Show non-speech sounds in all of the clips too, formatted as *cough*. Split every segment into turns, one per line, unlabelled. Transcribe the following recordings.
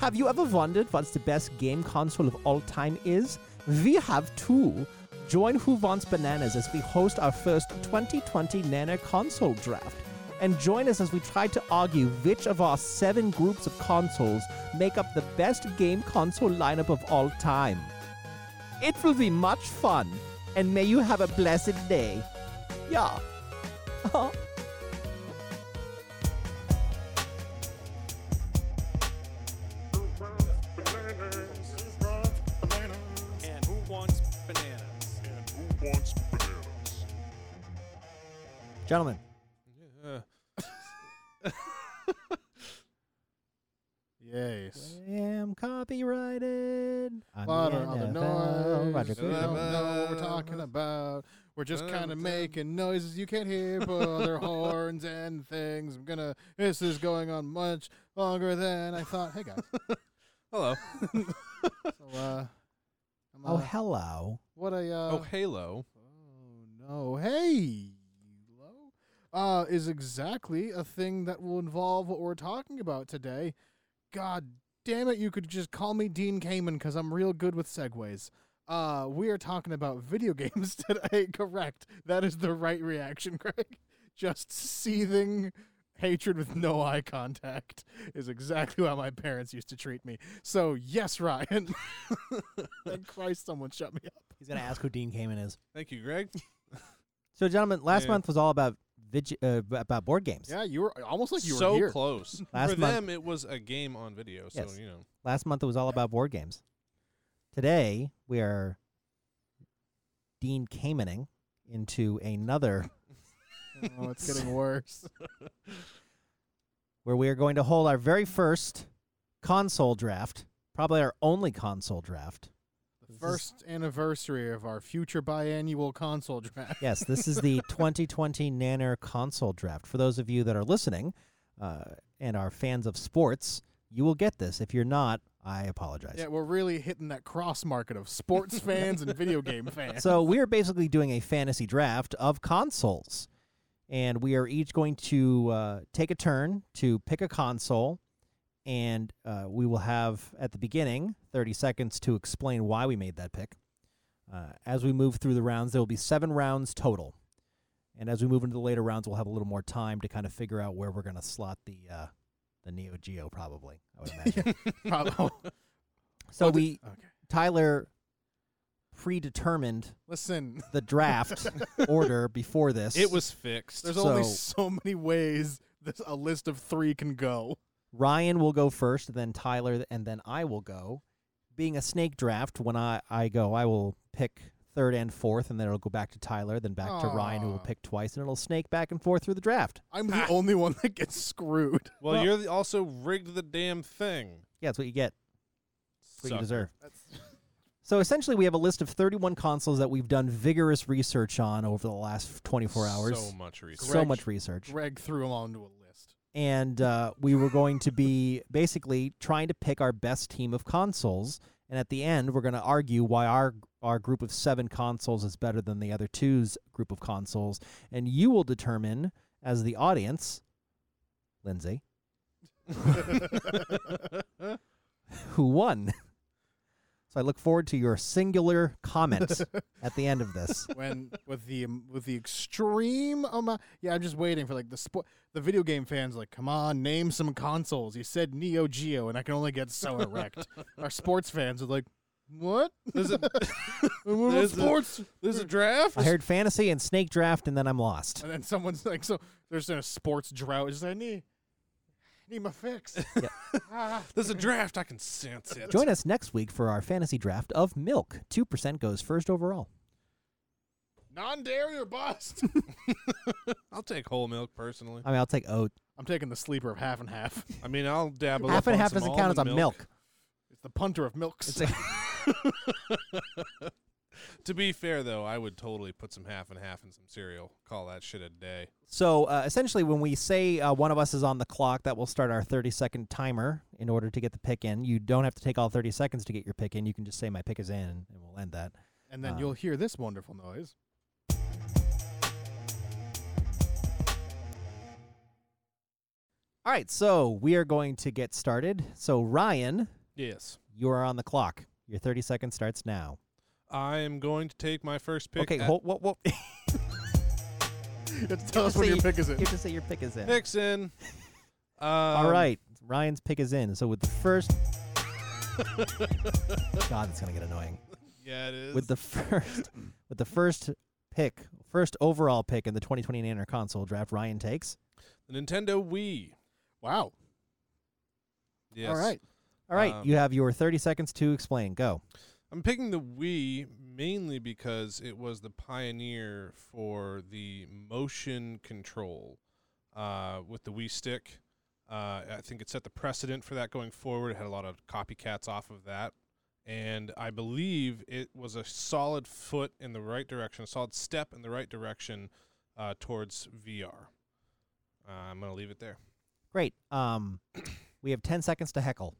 Have you ever wondered what's the best game console of all time is? We have two. Join Who Wants Bananas as we host our first 2020 Nana console draft. And join us as we try to argue which of our seven groups of consoles make up the best game console lineup of all time. It will be much fun, and may you have a blessed day. Yeah.
And who wants bananas?
Gentlemen,
Yes.
I am copyrighted. I'm
Lot of other
NFL.
noise.
Roger
We don't
Goodell.
know what we're talking about. We're just kind of making noises you can't hear, but *laughs* they're horns and things. I'm gonna. This is going on much longer than I thought. *laughs* Hey guys.
Hello.
*laughs* So, uh, I'm,
Oh,
uh,
hello.
what a. Uh,
Oh, Halo.
Oh no! Hey, Lo, uh, is exactly a thing that will involve what we're talking about today. God damn it! You could just call me Dean Kamen because I'm real good with segues. Uh, we are talking about *laughs* video games today. *laughs* Correct. That is the right reaction, *laughs* Greg. Just seething hatred with no eye contact is exactly how my parents used to treat me. So yes, Ryan. *laughs* Thank Christ, someone shut me up.
He's going to ask who Dean Kamen is.
Thank
*laughs*
you, Greg.
So, gentlemen, last
Yeah.
month was all about vig- uh, b- about board games.
Yeah, you were almost like you
so
were here.
close.
Last
For
month-
them, it was a game on video, so
Yes.
you know.
Last month it was all about board games. Today we are Dean Kamening into another
*laughs*
*laughs*
Oh, it's getting worse.
where we are going to hold our very first console draft, probably our only console draft.
*laughs* The first anniversary of our future biannual console draft.
Yes, this is the 2020 Nanner console draft. For those of you that are listening uh, and are fans of sports, you will get this. If you're not, I apologize.
*laughs* Yeah, we're really hitting that cross market
*laughs*
of sports fans and video game fans. *laughs*
So we are basically doing a fantasy draft of consoles, and we are each going to uh, take a turn to pick a console, and uh, we will have at the beginning 30 seconds to explain why we made that pick. Uh, as we move through the rounds, there will be seven rounds total, and as we move into the later rounds, we'll have a little more time to kind of figure out where we're going to slot the uh, the Neo Geo, probably. I would
*laughs*
imagine.
Probably.
*laughs* so we
Okay.
Tyler predetermined
Listen, *laughs*
the
*laughs*
draft order before this.
It was fixed.
there's
So-
only so many ways this, a list of three can go.
Ryan will go first, then Tyler, and then I will go. Being a snake draft, when I, I go, I will pick third and fourth, and then it'll go back to Tyler, then back to Ryan, who will
Aw.
pick twice, and it'll snake back and forth through the draft.
I'm the only one that gets screwed.
well, you're the, also rigged the damn thing.
Yeah, that's what you get. That's what
Sucker.
you deserve.
That's-
So essentially, we have a list of 31 consoles that we've done vigorous research on over the last 24 hours.
So much research.
So
*laughs*
much research.
Greg threw them all into a list.
and uh, we were going to be basically trying to pick our best team of consoles. And at the end, we're going to argue why our our group of seven consoles is better than the other two's group of consoles. And you will determine, as the audience, Lindsay, who won. *laughs* So I look forward to your singular comment at the end of this.
when with the um, with the extreme amount. Yeah, I'm just waiting for like the spo- the video game fans like, come on, name some consoles. You said Neo Geo, and I can only get
*laughs*
so erect. Our sports fans are like, what?
There's a,
*laughs* What about
There's a-
sports?
there's a draft.
I heard fantasy and snake draft, and then I'm lost.
*laughs* and then someone's like, so there's a sports drought. It's Just I need need
*laughs*
my fix. *laughs* Ah.
There's a draft. I can sense it.
Join us next week for our fantasy draft of Milk. 2% goes first overall.
Non dairy
*laughs*
or bust.
*laughs* I'll take whole milk personally.
I mean, I'll take oat.
I'm taking the sleeper of half and half.
I mean, I'll dabble.
half
up
and
on
half
some
doesn't count as a
almond
milk.
It's the punter of milks.
It's a-
To be fair, though, I would totally put some half and half in some cereal. Call that shit a day.
so uh, essentially, when we say uh, one of us is on the clock, that will start our 30 second timer in order to get the pick in. You don't have to take all 30 seconds to get your pick in. You can just say my pick is in, and we'll end that.
and
uh,
then you'll hear this wonderful
*laughs*
noise.
All right, so we are going to get started. So Ryan,
Yes.
you are on the clock. Your 30 seconds starts now.
I am going to take my first pick.
okay,
at
hold, what, *laughs* what? you
You have to tell us
Say
when your
you-
pick
*laughs*
is in.
have to say your pick is in.
Nixon.
*laughs*
Um,
All right, Ryan's pick is in. So with the
*laughs*
first, God, it's gonna get annoying.
Um, Yeah, it is.
With the
*laughs*
first, with the first pick, first overall pick in the 2020 Nano console draft, Ryan takes.
the Nintendo Wii.
Wow.
Yes.
All right.
All right,
Um,
you have your 30 seconds to explain. Go.
I'm picking the Wii mainly because it was the pioneer for the motion control uh, with the Wii Stick. Uh, I think it set the precedent for that going forward. It had a lot of copycats off of that. And I believe it was a solid foot in the right direction, a solid step in the right direction uh, towards VR. Uh, I'm going to leave it there.
Great. Um, we have 10 seconds to heckle.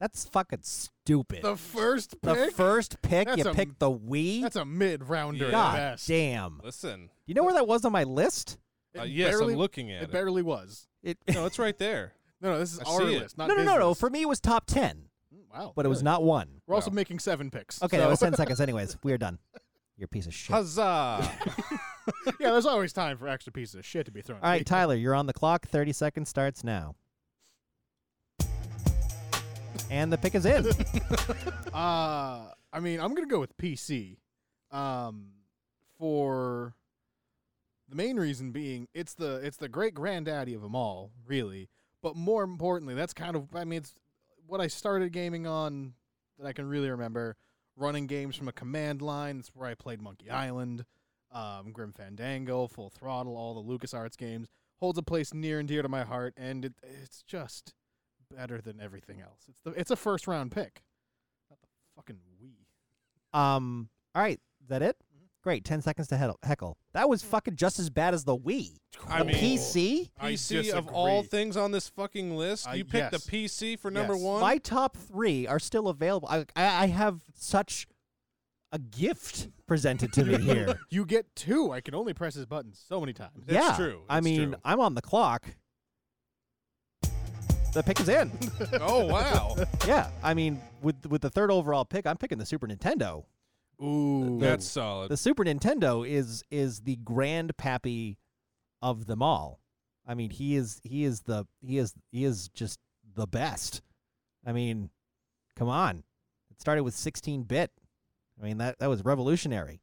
That's fucking stupid.
The first
The
pick.
first pick,
That's
you
a-
picked the Wii.
That's a mid rounder at
God
best.
damn.
Listen.
You know where that was on my list?
It
Uh, yes,
barely,
I'm looking at
It
it.
barely was. *laughs*
It,
no, it's right there.
No, no, this is
I
our
see it.
list, not
no, no,
his
no, no.
list.
For me, it was top 10,
wow,
but it was
really?
not one.
We're also
Wow.
making seven picks.
Okay,
so-
that was 10 seconds, anyways. We are done. You're a piece of shit. All
Huzzah!
*laughs* yeah, there's always time for extra pieces of shit to be thrown. at
right,
people.
Tyler, you're on the clock. 30 seconds starts now. And the pick is
*laughs*
in.
*laughs* Uh, I mean, I'm gonna go with PC, um, for the main reason being it's the it's the great granddaddy of them all, really. But more importantly, that's kind of I mean, it's what I started gaming on that I can really remember. Running games from a command line. That's where I played Monkey Island, um, Grim Fandango, Full Throttle, all the LucasArts games. Holds a place near and dear to my heart, and it, it's just better than everything else. It's the it's a first round pick. Not the fucking Wii.
Um, all right, is that it?
Mm-hmm.
Great, 10 seconds to heddle- heckle. That was fucking just as bad as the Wii.
I
the
mean-
PC?
PC
I
of all
disagree.
things on this fucking list,
Uh,
you picked
yes.
the PC for number
Yes.
one.
My top three are still available. I, I, I have such a gift presented
*laughs*
*laughs*
to me here.
You get two. I can only press his button so many times.
That's
yeah,
true.
I
That's
mean,
true.
I'm on the clock. The pick is in.
*laughs* oh wow,
yeah, I mean, with with the third overall pick, I'm picking the Super Nintendo.
*laughs* Ooh,
that's solid.
The Super Nintendo is is the grandpappy of them all. I mean, he is he is the he is he is just the best. I mean, come on. It started with 16 bit. I mean, that that was revolutionary.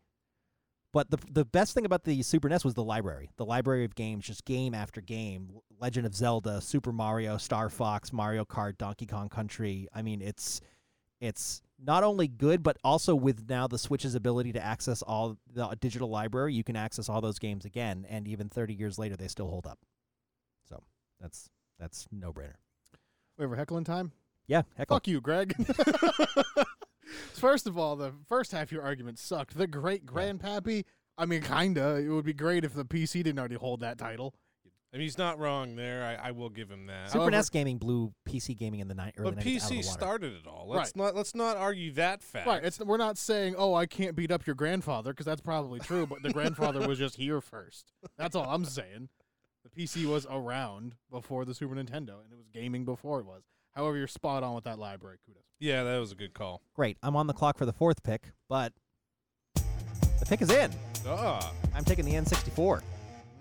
But the the best thing about the Super NES was the library. The library of games, just game after game. Legend of Zelda, Super Mario, Star Fox, Mario Kart, Donkey Kong Country. I mean, it's it's not only good, but also with now the Switch's ability to access all the digital library, you can access all those games again, and even 30 years later, they still hold up. So that's that's no brainer.
Wait, we're heckling time.
Oh.
Yeah, heckle.
Fuck you, Greg. *laughs* first of all, the first half of your argument sucked. The great grandpappy. I mean, kinda. It would be great if the PC didn't already hold that title.
I mean, he's not wrong there. I, I will give him that.
Super
However-
NES gaming blew PC gaming in the ni- early
but
90s out of
PC
the water.
started it all. Let's not let's not argue that fact.
Right. It's we're not saying, oh, I can't beat up your grandfather because that's probably true. But the grandfather was just here first. That's all I'm saying. The PC was around before the Super Nintendo, and it was gaming before it was. However, you're spot on with that library. Kudos.
yeah, that was a good call.
Great. I'm on the clock for the fourth pick, but the pick is in.
Ah,
I'm taking the N64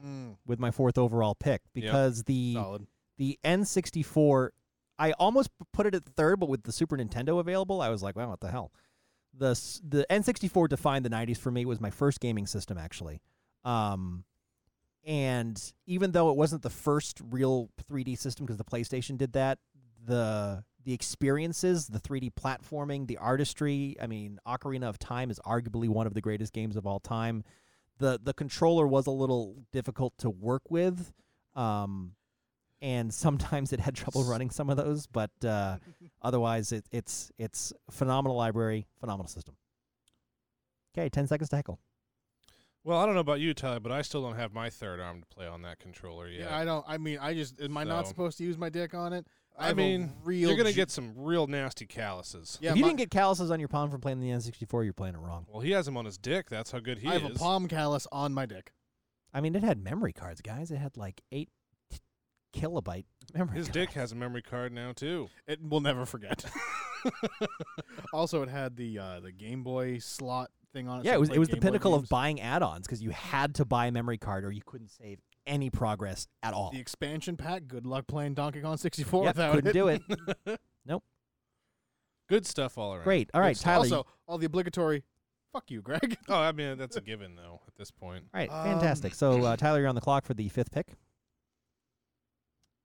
Mm,
with my fourth overall pick because the
solid.
the N64 I almost p- put it at third, but with the Super Nintendo available, I was like, "Wow, what the hell?" The s- the N64 defined the 90s for me. It was my first gaming system actually. Um and even though it wasn't the first real 3D system because the PlayStation did that, the the experiences, the 3D platforming, the artistry, I mean, Ocarina of Time is arguably one of the greatest games of all time. The the controller was a little difficult to work with. Um and sometimes it had trouble running some of those, but uh, otherwise it, it's it's phenomenal library, phenomenal system. Okay, ten seconds to heckle.
well, I don't know about you, Tyler, but I still don't have my third arm to play on that controller yet.
Yeah, I don't. I mean, I just am I not
So-
supposed to use my dick on it?
I
have a
mean,
real.
You're gonna
ju-
get some real nasty calluses.
*laughs* Yeah,
if you
my-
didn't get calluses on your palm from playing the N64, you're playing it wrong.
Well, he has him on his dick. That's how good he
I have
is.
a palm callus on my dick.
I mean, it had memory cards, guys. It had like eight kilobyte *laughs* memory.
His
card.
dick has a memory card now too.
It will never forget. *laughs* also, it had the uh, the Game Boy slot thing on it.
Yeah,
so
it was
played
it was the
Game Boy
pinnacle of
games.
buying add-ons because you had to buy a memory card or you couldn't save any progress at
*laughs*
all.
the expansion pack. Good luck playing Donkey Kong 64
Yep,
without
couldn't
it. *laughs*
do it.
Good stuff all around.
Great. All
Good
right,
stuff.
Tyler. you-
Also, all the obligatory. Fuck you, Greg. *laughs*
Oh, I mean that's a given though at this point.
all right,
um,
fantastic. So
*clears throat*
uh, Tyler, you're on the clock for the fifth pick.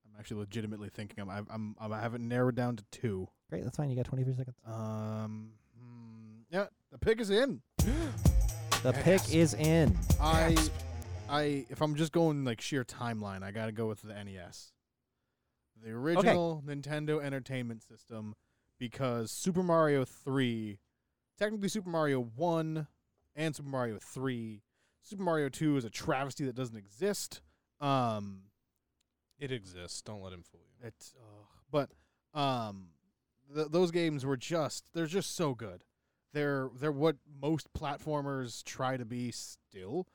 I'm actually legitimately thinking I'm I'm, I'm I am i am i have it narrowed down to two.
Great, that's fine. You got 23 seconds.
Um, hmm, yeah, the pick is in.
The pick is in.
I, I if I'm just going like sheer timeline, I gotta go with the NES, the original Nintendo Entertainment System, because Super Mario three, technically Super Mario one, and Super Mario three, Super Mario two is a travesty that doesn't exist. Um,
It exists. Don't let him fool you.
it's ugh. but um, th- those games were just they're just so good. They're they're what most platformers try to be still.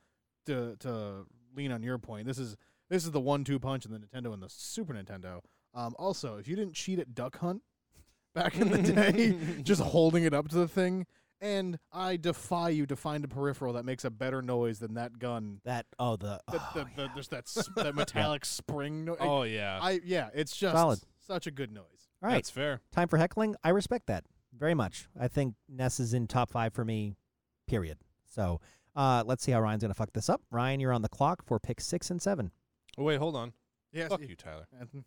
To to lean on your point, this is this is the one-two punch in the Nintendo and the Super Nintendo. Um, also, if you didn't cheat at Duck Hunt *laughs* back in the
*laughs*
day, just holding it up to the thing, and I defy you to find a peripheral that makes a better noise than that gun.
That oh the,
That,
oh,
that,
*laughs* yeah.
that, there's that, s- that metallic spring noise.
Oh yeah,
I yeah, it's just
Solid.
such a good noise.
all right.
that's fair.
Time for heckling. I respect that very much. I think Ness is in top five for me. Period. So uh, let's see how Ryan's gonna fuck this up. Ryan, you're on the clock for pick six and seven.
Oh wait, hold on.
Yes,
Fuck you, Tyler.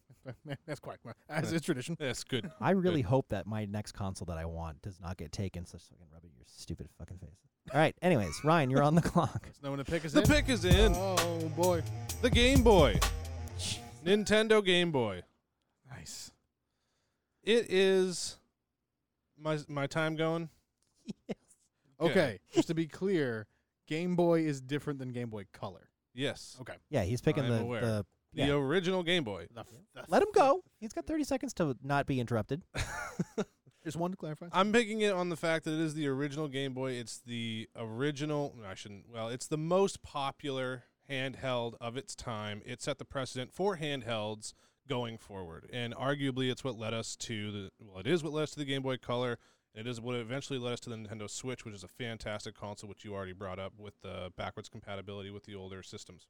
*laughs* that's quite as is tradition.
That's good.
I really hope that my next console that I want does not get taken, so I can rub it in your stupid fucking face. All right. Anyways, Ryan, you're on the *laughs* clock.
There's no one to pick us
The
in.
pick is in.
Oh boy,
The Game Boy. Nintendo Game Boy.
nice.
It is my my time going. Good.
Okay, just to be clear, Game Boy is different than Game Boy Color.
Yes.
Okay,
Yeah, he's picking
I'm
the,
aware.
the.
The
Yeah.
original Game Boy.
The f- the
Let
f-
him go. He's got 30 seconds to not be interrupted.
Just one to clarify.
I'm picking it on the fact that it is the original Game Boy. It's the original. no, I shouldn't. Well, it's the most popular handheld of its time. It set the precedent for handhelds going forward, and arguably, it's what led us to the. Well, it is what led us to the Game Boy Color. It is what eventually led us to the Nintendo Switch, which is a fantastic console, which you already brought up with the backwards compatibility with the older systems.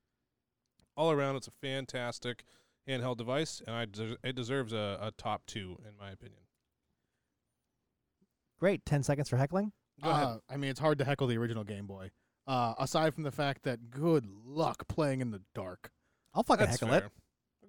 All around, it's a fantastic handheld device, and I des- it deserves a, a top two in my opinion.
Great. 10 seconds for heckling.
Go ahead.
Uh, I mean, it's hard to heckle the original Game Boy. Uh, aside from the fact that good luck playing in the dark.
I'll fucking
That's
heckle it.
fair.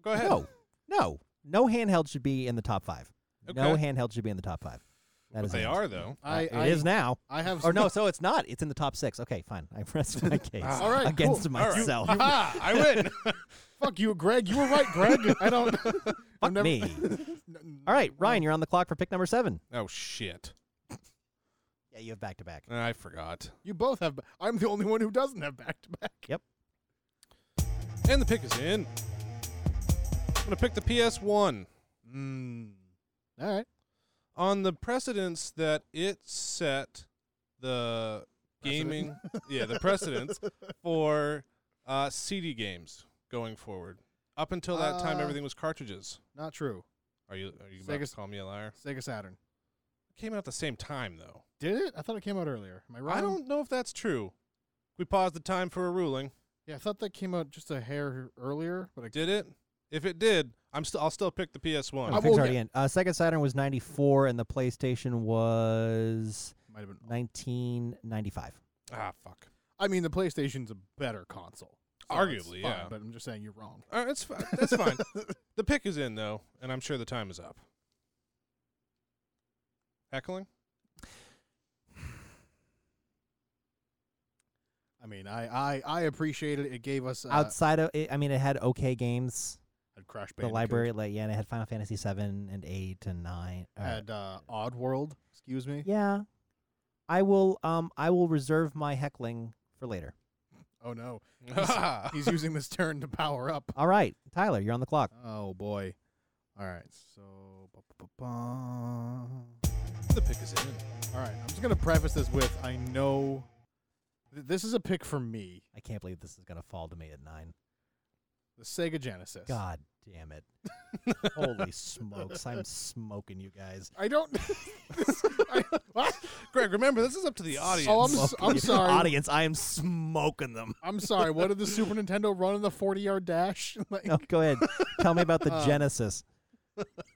Go ahead.
No, no, no handheld should be in the top five. No
Okay.
handheld should be in the top five. That
But
is
they
an
are
answer. *laughs*
though.
Uh,
I
it
I,
is
*laughs*
now.
I have
Or no, so it's not. It's in the top six. Okay, fine. *laughs* I rest my case
All
*laughs*
right,
against
*laughs*
cool.
myself.
Aha, I win.
*laughs*
Fuck you, Greg. You were right, Greg. I don't. *laughs*
Fuck me. All right, Ryan, you're on the clock for pick number seven.
oh shit!
Yeah, you have back to
Uh,
back.
I forgot.
You both have. ba- I'm the only one who doesn't have back to back.
And the pick is in. I'm gonna pick the PS1
Mm. All right.
on the precedence that it set the gaming,
Precedent.
*laughs* yeah, the precedence for uh, CD games going forward. Up until that time,
Uh,
everything was cartridges.
*laughs* Not true.
Are you are you about
Sega's-
to call me a liar?
Sega Saturn.
Came out at the same time though.
Did it? I thought it came out earlier. Am I wrong?
I don't know if that's true. We paused the time for a ruling.
Yeah, I thought that came out just a hair earlier, but I
Did it? If it did, I'm still I'll still pick the PS1.
Oh,
I
pick's
will
already
get-
in. Uh, Sega Saturn was 94 and the PlayStation was
might have been.
1995.
ah, fuck.
I mean, the PlayStation's a better console. so it's
Arguably,
fine,
yeah.
But I'm just saying you're wrong.
All right, that's fine. That's
*laughs*
fine. The pick is in though, and I'm sure the time is up. Heckling? *laughs*
I mean, I I, I appreciate it. It gave us uh,
Outside of it, I mean, it had okay games.
had Crash
The
Bandicoot.
library, like yeah, and it had Final Fantasy seven and eight and nine. uh,
had uh, Odd World. Excuse me.
yeah, I will. Um, I will reserve my heckling for later.
Oh no, he's using this *laughs* turn to power up.
All right, Tyler, you're on the clock.
Oh boy. All right. So. ba-ba-ba-ba.
the pick is in.
All right, I'm just gonna preface this with I know th- this is a pick for me.
I can't believe this is gonna fall to me at nine.
the Sega Genesis.
God damn *laughs* it. Holy smokes. I'm smoking you guys.
I don't. *laughs* this- I, what?
Greg, remember this is up to the audience.
Oh, I'm, s-
Smoking
I'm
you.
sorry.
Audience, I am smoking *laughs* them.
I'm sorry. What did the Super Nintendo run in the 40 yard dash? *laughs* like,
No, Oh, go ahead. Tell me about the
*laughs* Uh,
Genesis.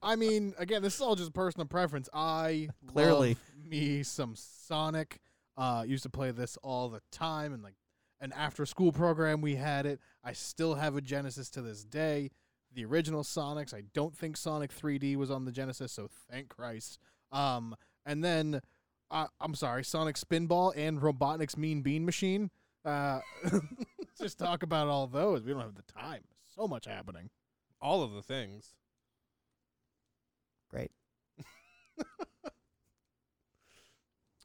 I mean, again, this is all just personal preference. I
Clearly.
love me some Sonic. Uh, used to play this all the time, and like an after-school program, we had it. I still have a Genesis to this day. The original Sonics. I don't think Sonic 3D was on the Genesis, so thank Christ. Um, and then uh, I'm sorry, Sonic Spinball and Robotnik's Mean Bean Machine. Uh, *laughs* let's just talk about all those. We don't have the time. So much happening.
all of the things.
Great.
*laughs*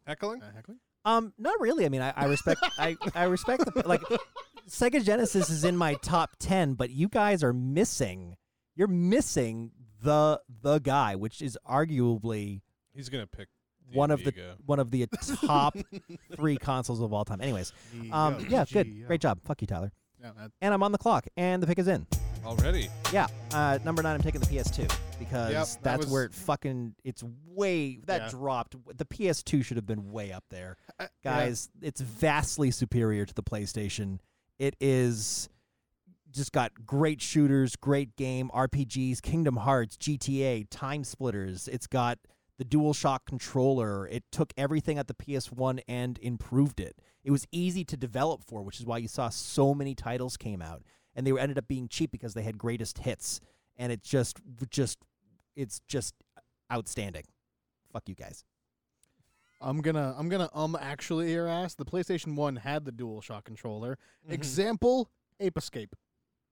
Heckling?
Uh, heckling?
Um, not really. I mean, I, I respect. I, I respect the like. Sega Genesis is in my top ten, but you guys are missing. You're missing the the guy, which is arguably
He's gonna pick
one of the
Amiga.
one of
*laughs*
the top three consoles of all time. Anyways, um, yeah, good, great job. Fuck you, Tyler.
Yeah, that-
And I'm on the clock, and the pick is in. *laughs*
already.
Yeah, uh, number nine. I'm taking the PS2 because
Yep, that
that's
was-
where it fucking. It's way that
Yeah.
dropped. The PS2 should have been way up there,
Uh,
guys. It's vastly superior to the PlayStation. It is just got great shooters, great game, RPGs, Kingdom Hearts, GTA, Time Splitters. It's got the DualShock controller. It took everything at the PS1 and improved it. It was easy to develop for, which is why you saw so many titles came out, and they were ended up being cheap because they had greatest hits, and it just, just, it's just outstanding. Fuck you guys.
I'm gonna I'm gonna um actually your ass. The PlayStation One had the DualShock controller.
Mm-hmm.
Example: Ape Escape.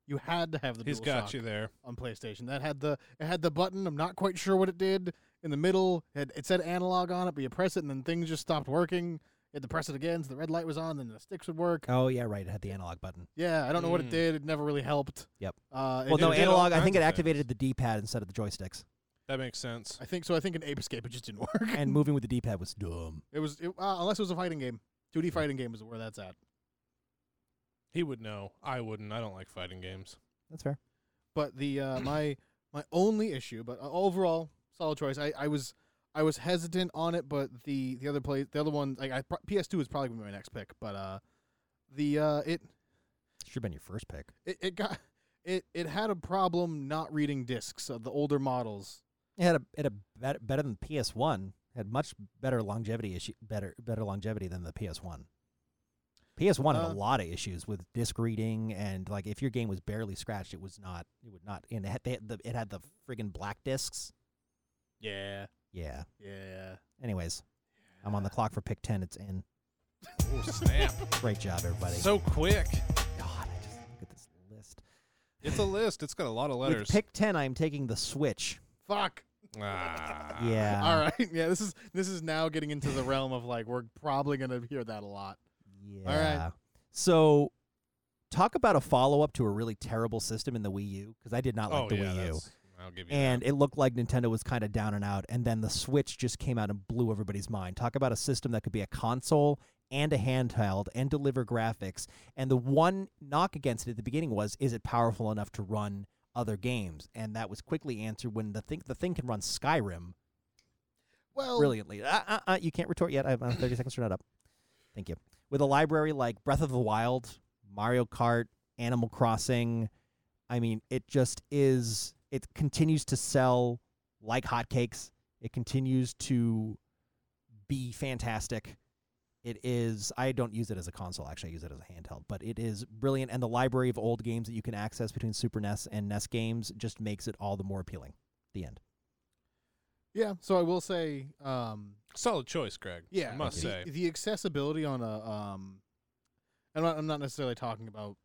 You had to have the
*laughs* He's
DualShock
got you there.
on PlayStation. That had the it had the button. I'm not quite sure what it did in the middle. It, had- it said analog on it, but you press it and then things just stopped working. You had to press it again, so the red light was on, then the sticks would work.
Oh yeah, right. It had the analog button.
Yeah, I don't know what
Mm.
it did. It never really helped.
Yep.
Uh, it
Well, no,
just-
did all
analog. I
kinds
think it
of
activated the D-pad instead of the joysticks,
That makes sense.
I think so. I think in Ape Escape it just didn't *laughs* work.
*coughs* and moving with the D-pad was dumb.
it was it, uh, unless it was a fighting game. 2D fighting game is where that's at.
He would know. I wouldn't. I don't like fighting games.
That's fair.
but the *clears throat* uh, my my only issue, but uh, overall solid choice. I, I was I was hesitant on it, but the the other play the other one like I, pro- PS2 is probably gonna be my next pick, but uh the uh it
Should have been your first pick.
it, it got it it had a problem not reading discs of the older models.
It had a it had a bet- better than PS1. Had much better longevity issue, better better longevity than the PS1. PS1 had
Uh,
a lot of issues with disc reading and like if your game was barely scratched, it was not it would not and it had, they had the it had the friggin' black discs.
Yeah,
Yeah.
yeah.
Anyways, I'm on the clock for pick ten. It's in. *laughs*
Oh snap!
Great job, everybody.
so quick.
God, I just look at this list.
It's a list. It's got a lot of letters.
With pick ten, I'm taking the Switch.
Fuck.
Ah.
yeah.
All right. *laughs* Yeah. This is this is now getting into the realm of like we're probably gonna hear that a lot.
Yeah.
All right.
So, talk about a follow up to a really terrible system in the Wii U because I did not like
oh
the
yeah.
Wii U.
that's- I'll give you.
And it looked like Nintendo was kind of down and out. And then the Switch just came out and blew everybody's mind. Talk about a system that could be a console and a handheld and deliver graphics. And the one knock against it at the beginning was, is it powerful enough to run other games? And that was quickly answered when the thing the thing can run Skyrim
Well,
brilliantly. Uh, uh, uh, you can't retort yet. I have uh, 30 seconds to not up. Thank you. With a library like Breath of the Wild, Mario Kart, Animal Crossing, I mean, it just is. It continues to sell like hotcakes. It continues to be fantastic. It is. I don't use it as a console. Actually, I use it as a handheld. But it is brilliant, and the library of old games that you can access between Super NES and NES games just makes it all the more appealing. The end.
yeah. So I will say, um,
solid choice, Greg.
Yeah,
I must
the,
say.
the accessibility on a um, I'm not I'm not necessarily talking about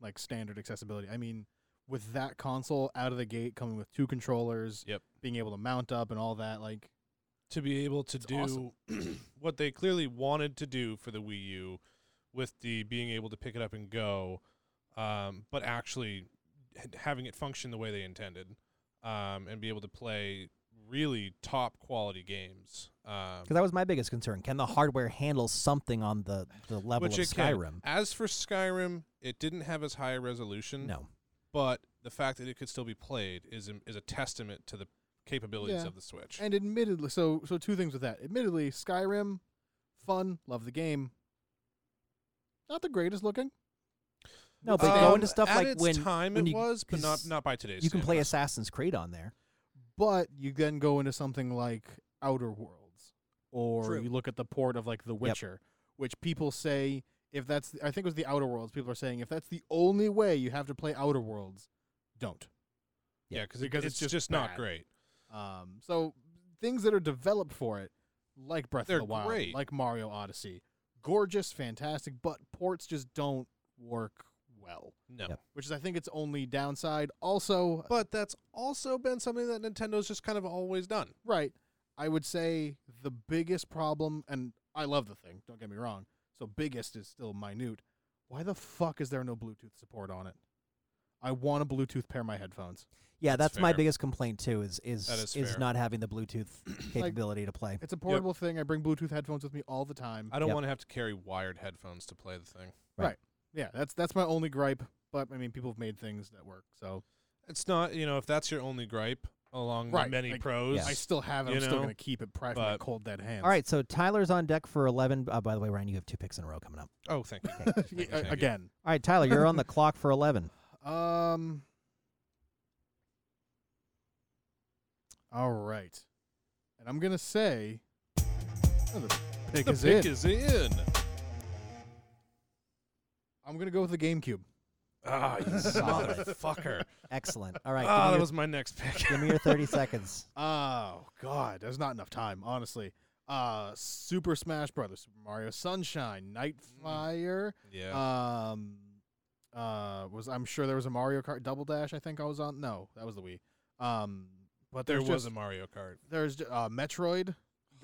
like standard accessibility. I mean, with that console out of the gate, coming with two controllers,
Yep.
being able to mount up and all that, like
to be able to
It's
do *clears throat* what they clearly wanted to do for the Wii U with the being able to pick it up and go, um, but actually h- having it function the way they intended um, and be able to play really top quality games. Um,
Because that was my biggest concern. Can the hardware handle something on the, the level
Which
of
it can.
Skyrim?
as for Skyrim, it didn't have as high a resolution.
No.
but the fact that it could still be played is a- is a testament to the capabilities
Yeah.
of the Switch.
And admittedly, so so two things with that. Admittedly, Skyrim, fun, love the game. Not the greatest looking.
No, but
Um,
go into stuff
at
like
its
when
time
when
it
you-
was, but not
'cause
not by today's.
you can play
standards.
Assassin's Creed on there.
But you then go into something like Outer Worlds, or
True.
you look at the port of like The Witcher, which people say if that's the, I think it was the Outer Worlds. People are saying if that's the only way you have to play Outer Worlds, don't.
Yeah,
Yeah, cause
because
it's,
it's just
just
bad.
not great.
Um, so things that are developed for it, like Breath
They're
of the Wild,
great.
like Mario Odyssey, gorgeous, fantastic, but ports just don't work well.
No.
Yep.
Which is, I think, its only downside. Also,
But that's also been something that Nintendo's just kind of always done.
right, I would say the biggest problem, and I love the thing. Don't get me wrong. So biggest is still minute. Why the fuck is there no Bluetooth support on it? I want to Bluetooth pair my headphones.
Yeah,
That's
that's, my
fair.
biggest complaint too. Is is
That is
is,
fair.
not having the
*clears throat*
Bluetooth *clears throat* capability to play.
It's a portable thing. I bring Bluetooth headphones with me all the time.
I don't
Yep.
want to have to carry wired headphones to play the thing.
yeah, that's that's my only gripe. But I mean, people have made things that work, so
It's not, you know, if that's your only gripe along the
Right,
many
like,
pros.
Yeah.
I still have it. I'm
You
still
know,
gonna keep it prior to my
but-
cold dead hands.
All right, so Tyler's on deck for eleven. Uh, by the way, Ryan, you have two picks in a row coming up.
Oh, *laughs* thank you.
Yeah,
Thank you, thank you.
again.
All right, Tyler, you're
*laughs*
on the clock for eleven.
Um. All right, and I'm gonna say oh, the pick
The
is
pick
in.
is in.
I'm gonna go with the GameCube.
*laughs*
Ah, you motherfucker.
Excellent. All right,
Ah,
give, me
that
your,
was my next pick.
give me your
*laughs*
thirty seconds.
Oh God, there's not enough time, honestly. Uh, Super Smash Brothers, Super Mario Sunshine, Nightfire.
Mm, Yeah.
Um, uh, was I'm sure there was a Mario Kart Double Dash. I think I was on. No, that was the Wii. Um, but
there
there's
was
just,
a Mario Kart.
there's ju- uh, Metroid.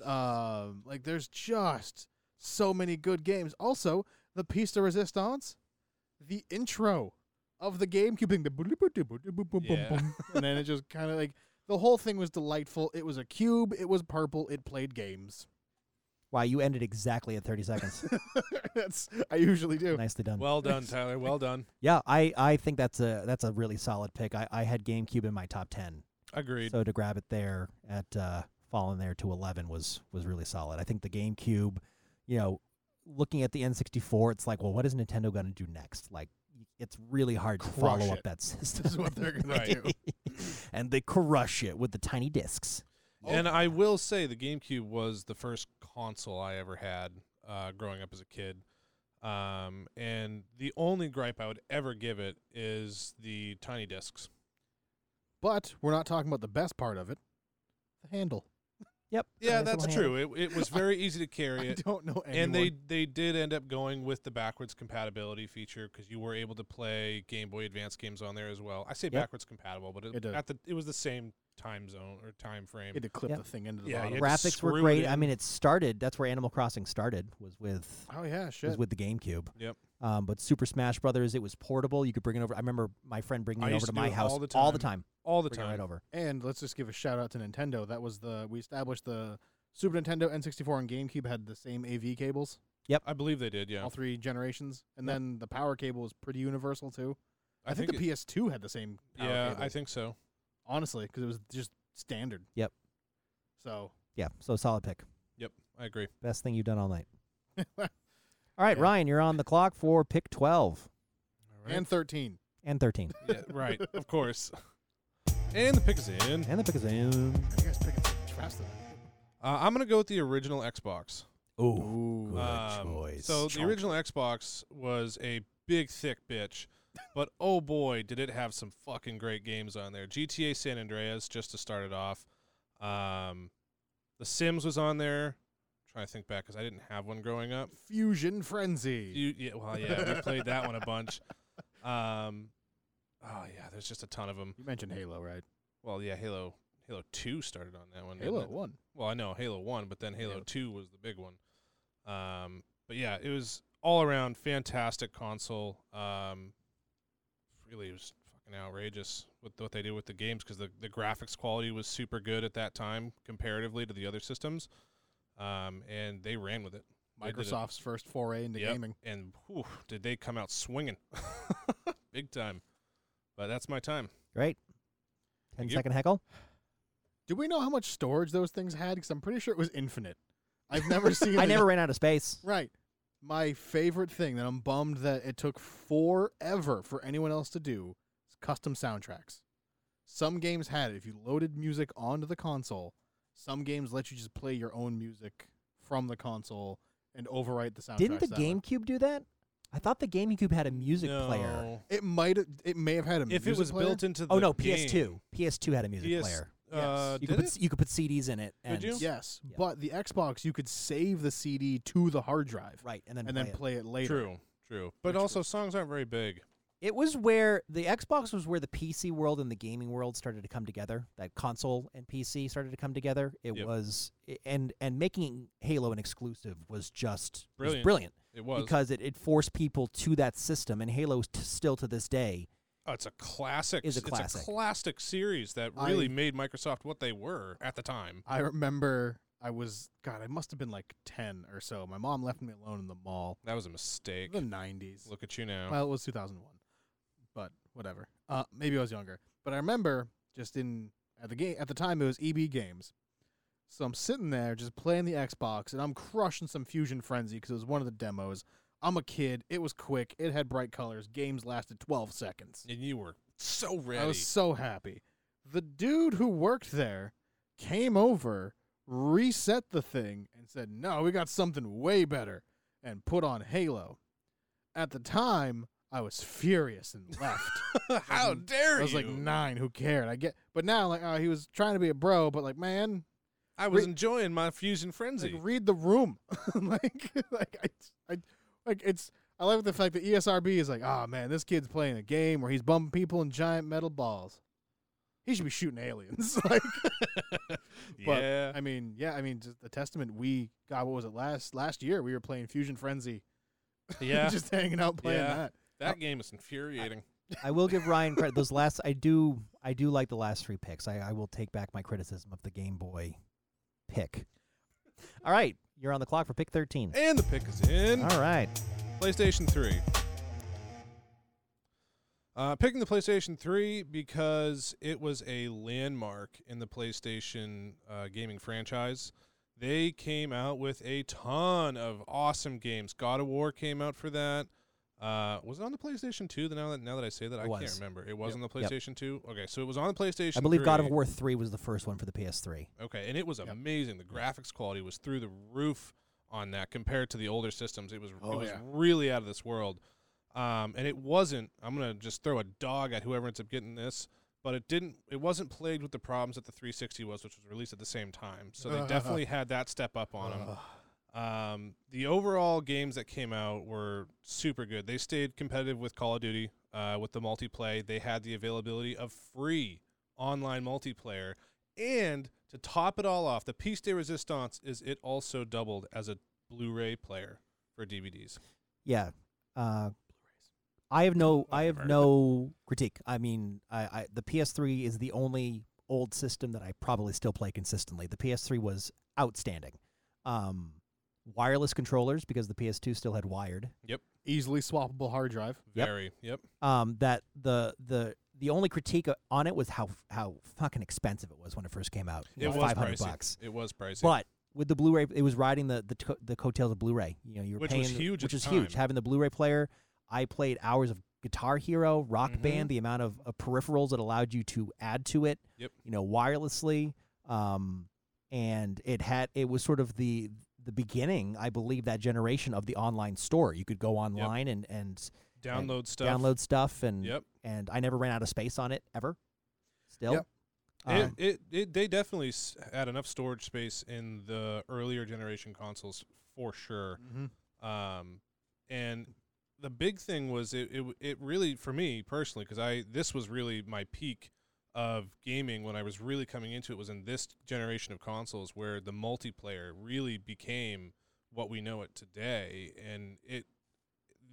Um, like there's just so many good games. Also, the piece de resistance, the intro of the GameCube thing, the boop, boop, boop, boop, boop, boop,
Yeah. *laughs*
boop, and then it just kind of like the whole thing was delightful. It was a cube. It was purple. It played games. *laughs*
Wow, you ended exactly at thirty
*laughs*
seconds.
That's I usually do.
Nicely done.
Well *laughs* done, Tyler. Well done.
yeah, I, I think that's a that's a really solid pick. I, I had GameCube in my top ten,
Agreed.
so to grab it there at uh, falling there to eleven was was really solid. I think the GameCube, you know, looking at the N64, it's like, well, what is Nintendo going to do next? Like, y- it's really hard to follow
Crush
up
*laughs*
it.
that system.
This is what they're gonna
Right.
do.
*laughs* and they crush it with the tiny discs.
Oh,
And uh, I will say the GameCube was the first console I ever had uh, growing up as a kid. Um, and the only gripe I would ever give it is the tiny discs.
But we're not talking about the best part of it, the handle.
Yep. a
Yeah,
nice little
that's
handle.
true. It, it was
*laughs*
very easy to carry
I
it.
don't know anyone.
And they, they did end up going with the backwards compatibility feature because you were able to play Game Boy Advance games on there as well. I say
Yep.
backwards compatible, but it,
It does.
at the it was the same time zone or time frame.
had to clip
Yeah.
the thing into the
Yeah,
bottom.
you had to
Graphics were
screw it
great. I
in.
mean, it started. That's where Animal Crossing started. Was with
Oh yeah,
was
shit.
with the GameCube.
Yep.
Um, but Super Smash Brothers, it was portable. You could bring it over. I remember my friend bringing
I
it
used
over to
to do
my
it
house
all the
all the
time.
time.
all the
Bring it right
time.
over.
and let's just give a shout out to Nintendo. That was the we established the Super Nintendo, N64, and GameCube had the same AV cables,
I believe they did. Yeah,
all three generations, and
Yep.
then the power cable was pretty universal too. I, think,
it-
the PS2 had the same. Power
yeah,
cable,
I think so.
honestly because it was just standard.
Yep.
So
Yeah. So solid pick.
Yep, I agree.
Best thing you've done all night. *laughs* All right, Ryan, you're on the clock for pick 12
All right.
and 13.
and 13.
yeah, *laughs* right, of course. And the pick is in.
*laughs* and the pick is in.
You guys picking so much faster.
Uh, I'm gonna go with the original Xbox.
Ooh.
Ooh.
Good
Um,
choice.
So the
Chunk.
original Xbox was a big thick
*laughs*
bitch, but oh boy, did it have some fucking great games on there. GTA San Andreas just to start it off. Um, the Sims was on there. trying to think back because I didn't have one growing up.
Fusion Frenzy.
You, yeah, well, yeah, we played that one
*laughs*
a bunch. Um, oh yeah, there's just a ton of them.
You mentioned Halo, right?
Well, yeah, Halo Halo Two started on that one. didn't
Halo
it?
One.
Well, I know Halo One, but then Halo
Halo
Two was the big one. Um, but yeah, it was all around fantastic console. Um, really, it was fucking outrageous with what they did with the games because the the graphics quality was super good at that time comparatively to the other systems. Um, and they ran with it. They did it.
Microsoft's first foray into
Yep.
gaming.
*laughs* and whew, did they come out swinging, big time. But that's my time.
Great. Ten
Thank you.
second heckle.
Do we know how much storage those things had? Because I'm pretty sure it was infinite. I've never
*laughs*
seen.
I
it.
never ran out of space.
*laughs* Right. My favorite thing that I'm bummed that it took forever for anyone else to do is custom soundtracks. Some games had it. If you loaded music onto the console, some games let you just play your own music from the console and overwrite the soundtrack.
Didn't the
that way.
GameCube do that? I thought the GameCube had a music player.
No.
It might. It may have had a.
If
music
it was
player.
built into the
Oh no,
game-
PS2. PS2 had a music
PS
player.
Uh,
You could
did
put
it?
s- you could put CDs in it.
Could
And,
you?
Yes,
Yeah.
but the Xbox, you could save the CD to the hard drive
Right, and then
and
play
then
it.
play it later.
True, true. But
Which
also, songs aren't very big.
It was where the Xbox was where the PC world and the gaming world started to come together. That console and PC started to come together. It
Yep.
was i- and and making Halo an exclusive was just was
Brilliant.
brilliant
It was.
because it, it forced people to that system. And Halo t- still to this day
Oh, it's a classic.
Is a
It's
classic.
a classic series that
I-
really made Microsoft what they were at the time.
I remember I was God, I must have been like ten or so. My mom left me alone in the mall.
That was a mistake.
The nineties.
Look at you now.
Well, it was two thousand one. But whatever. Uh maybe I was younger. But I remember just in at the game at the time it was E B games. So I'm sitting there just playing the Xbox and I'm crushing some Fusion Frenzy because it was one of the demos. I'm a kid. It was quick. It had bright colors. Games lasted 12 seconds.
and you were so ready.
I was
*laughs*
*laughs* so happy. The dude who worked there came over, reset the thing, and said, No, we got something way better, and put on Halo. At the time, I was
*laughs*
furious and left.
How
Wasn't-
dare
I was
you?
like nine, who cared? I get, but now like oh, he was trying to be a bro, but like man,
I was
re-
enjoying my fusion
like
frenzy.
read the room, *laughs* like like I, I like it's I love the fact that ESRB is like oh man, this kid's playing a game where he's bumping people in giant metal balls. He should be shooting aliens. *laughs* like but-
yeah.
I mean, yeah, I mean, just the testament. We God, what was it last last year? We were playing Fusion Frenzy, *laughs*
yeah.
just hanging out playing
Yeah.
that.
that game is infuriating.
I will give Ryan credit. Those last, I do, I do like the last three picks. I, I will take back my criticism of the Game Boy pick. All right, you're on the clock for pick thirteen.
and the pick is in.
All right,
PlayStation 3. Uh, picking the PlayStation 3 because it was a landmark in the PlayStation uh, gaming franchise. They came out with a ton of awesome games. God of War came out for that. Uh, was it on the PlayStation 2? Then Now that now that I say that, I can't
was.
remember. It was
Yep.
on the
Yep.
PlayStation 2. Okay, so it was on the PlayStation.
I believe God of
3.
War three was the first one for the PS3.
Okay, and it was
Yep.
amazing. The graphics quality was through the roof on that compared to the older systems. It was it
Oh,
was
yeah.
really out of this world. Um, and it wasn't. I'm gonna just throw a dog at whoever ends up getting this, but it didn't. It wasn't plagued with the problems that the 360 was, which was released at the same time. So
Uh-huh.
they definitely had that step up on them.
Ugh.
Um, the overall games that came out were super good. They stayed competitive with Call of Duty, uh, with the multiplayer. They had the availability of free online multiplayer. And to top it all off, the piece de resistance is it also doubled as a Blu ray player for DVDs.
Yeah, uh, I have no, I have
Whatever.
no critique. I mean, I, I the PS3 is the only old system that I probably still play consistently. The PS3 was outstanding. Um, wireless controllers because the PS2 still had wired.
Easily swappable hard drive.
Yep.
Very, yep.
um, that the the the only critique o- on it was how f- how fucking expensive it was when it first came out.
It
know,
was
500
pricey.
bucks.
It was pricey.
But with the Blu-ray, it was riding the the, co- the coattails of Blu-ray. You know, you were
Which
paying,
was huge at
which
the
was huge.
time.
Having the Blu-ray player, I played hours of Guitar Hero, Rock
Mhm.
Band, the amount of, of peripherals that allowed you to add to it.
Yep.
You know, wirelessly, um, and it had it was sort of the the beginning, I believe, that generation of the online store. You could go online and and
download stuff.
download stuff and
Yep.
and I never ran out of space on it ever. Still,
Yep.
Um,
it, it, it, they definitely s- had enough storage space in the earlier generation consoles for sure. um, and the big thing was it, it w- it really for me personally because I this was really my peak of gaming when I was really coming into it was in this generation of consoles where the multiplayer really became what we know it today, and it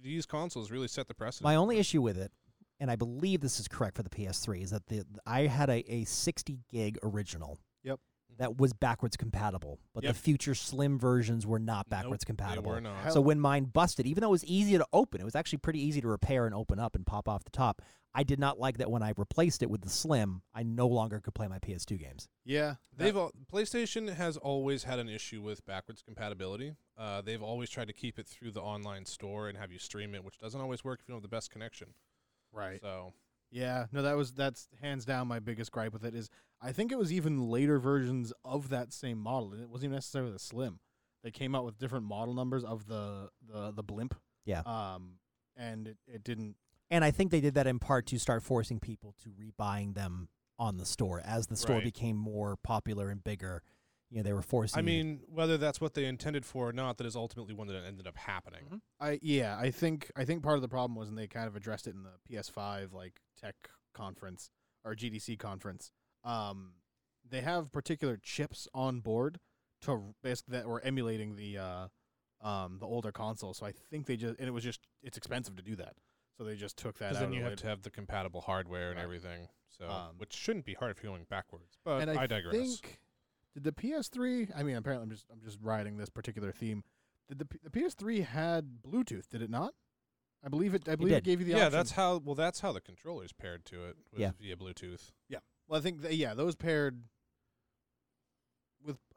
these consoles really set the precedent.
my only
for-
issue with it, and I believe this is correct for the PS3, is that the I had a, a 60 gig original.
Yep.
That was backwards compatible, but
Yep.
the future slim versions were not *laughs*
Nope,
backwards
They were
compatible.
not.
Hell-
So when mine busted, even though it was easy to open, it was actually pretty easy to repair and open up and pop off the top. I did not like that when I replaced it with the Slim, I no longer could play my PS2 games.
Yeah,
They've all, PlayStation has always had an issue with backwards compatibility. Uh, they've always tried to keep it through the online store and have you stream it, which doesn't always work if you don't have the best connection.
right.
So
Yeah, no, that was that's hands down my biggest gripe with it is I think it was even later versions of that same model, and it wasn't even necessarily the Slim. They came out with different model numbers of the the the blimp.
Yeah.
Um, and it, it didn't.
And I think they did that in part to start forcing people to rebuying them on the store as the store
Right.
became more popular and bigger. You know, they were forcing.
I
you-
mean, whether that's what they intended for or not, that is ultimately one that ended up happening.
Mm-hmm.
Mhm.
I yeah, I think I think part of the problem was, and they kind of addressed it in the PS5 like tech conference or GDC conference. Um, they have particular chips on board to r- basically that were emulating the uh, um, the older console. So I think they just and it was just it's expensive to do that, so they just took that out.
Because then
of
you
the
have
way-
to have the compatible hardware and
Right.
everything. So
Um,
which shouldn't be hard if you're going backwards. But
and
I,
I,
digress.
Think, did the PS3? I mean, apparently I'm just I'm just riding this particular theme. Did the, P- the PS3 had Bluetooth? Did it not? I believe it. I believe it
did.
gave you the
yeah,
option.
that's how well that's how the controller's paired to it was
Yeah.
via Bluetooth.
Well, I think that, yeah, those paired.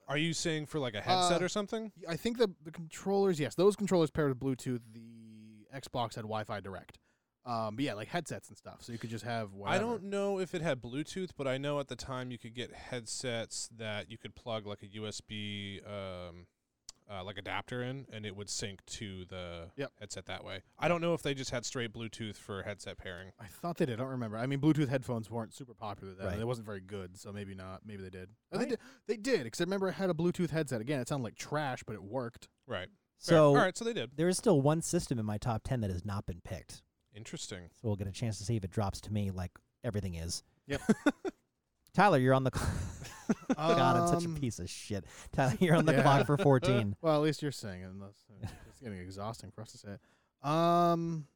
Are you saying for like a headset
Uh,
or something?
I think the the controllers, yes, those controllers paired with Bluetooth. The Xbox had Wi-Fi Direct. Um, but yeah, like headsets and stuff, so you could just have. Whatever.
I don't know if it had Bluetooth, but I know at the time you could get headsets that you could plug like a USB um, uh, like adapter in, and it would sync to the
Yep.
headset that way. I don't know if they just had straight Bluetooth for headset pairing.
I thought they did. I don't remember. I mean, Bluetooth headphones weren't super popular then.
Right.
It wasn't very good, so maybe not. Maybe they did. Oh,
Right.
They did. They did. Except remember, it had a Bluetooth headset. Again, it sounded like trash, but it worked.
Right. Fair.
so
all right, so they did.
there is still one system in my top ten that has not been picked.
Interesting.
So we'll get a chance to see if it drops to me like everything is.
Yep.
*laughs* Tyler, you're on the clock. *laughs* God, I'm such a
Um,
piece of shit. Tyler, you're on the
Yeah. *laughs*
clock for 14.
Well, at least you're saying it. Unless uh,
*laughs*
it's getting exhausting for us to say it. Um,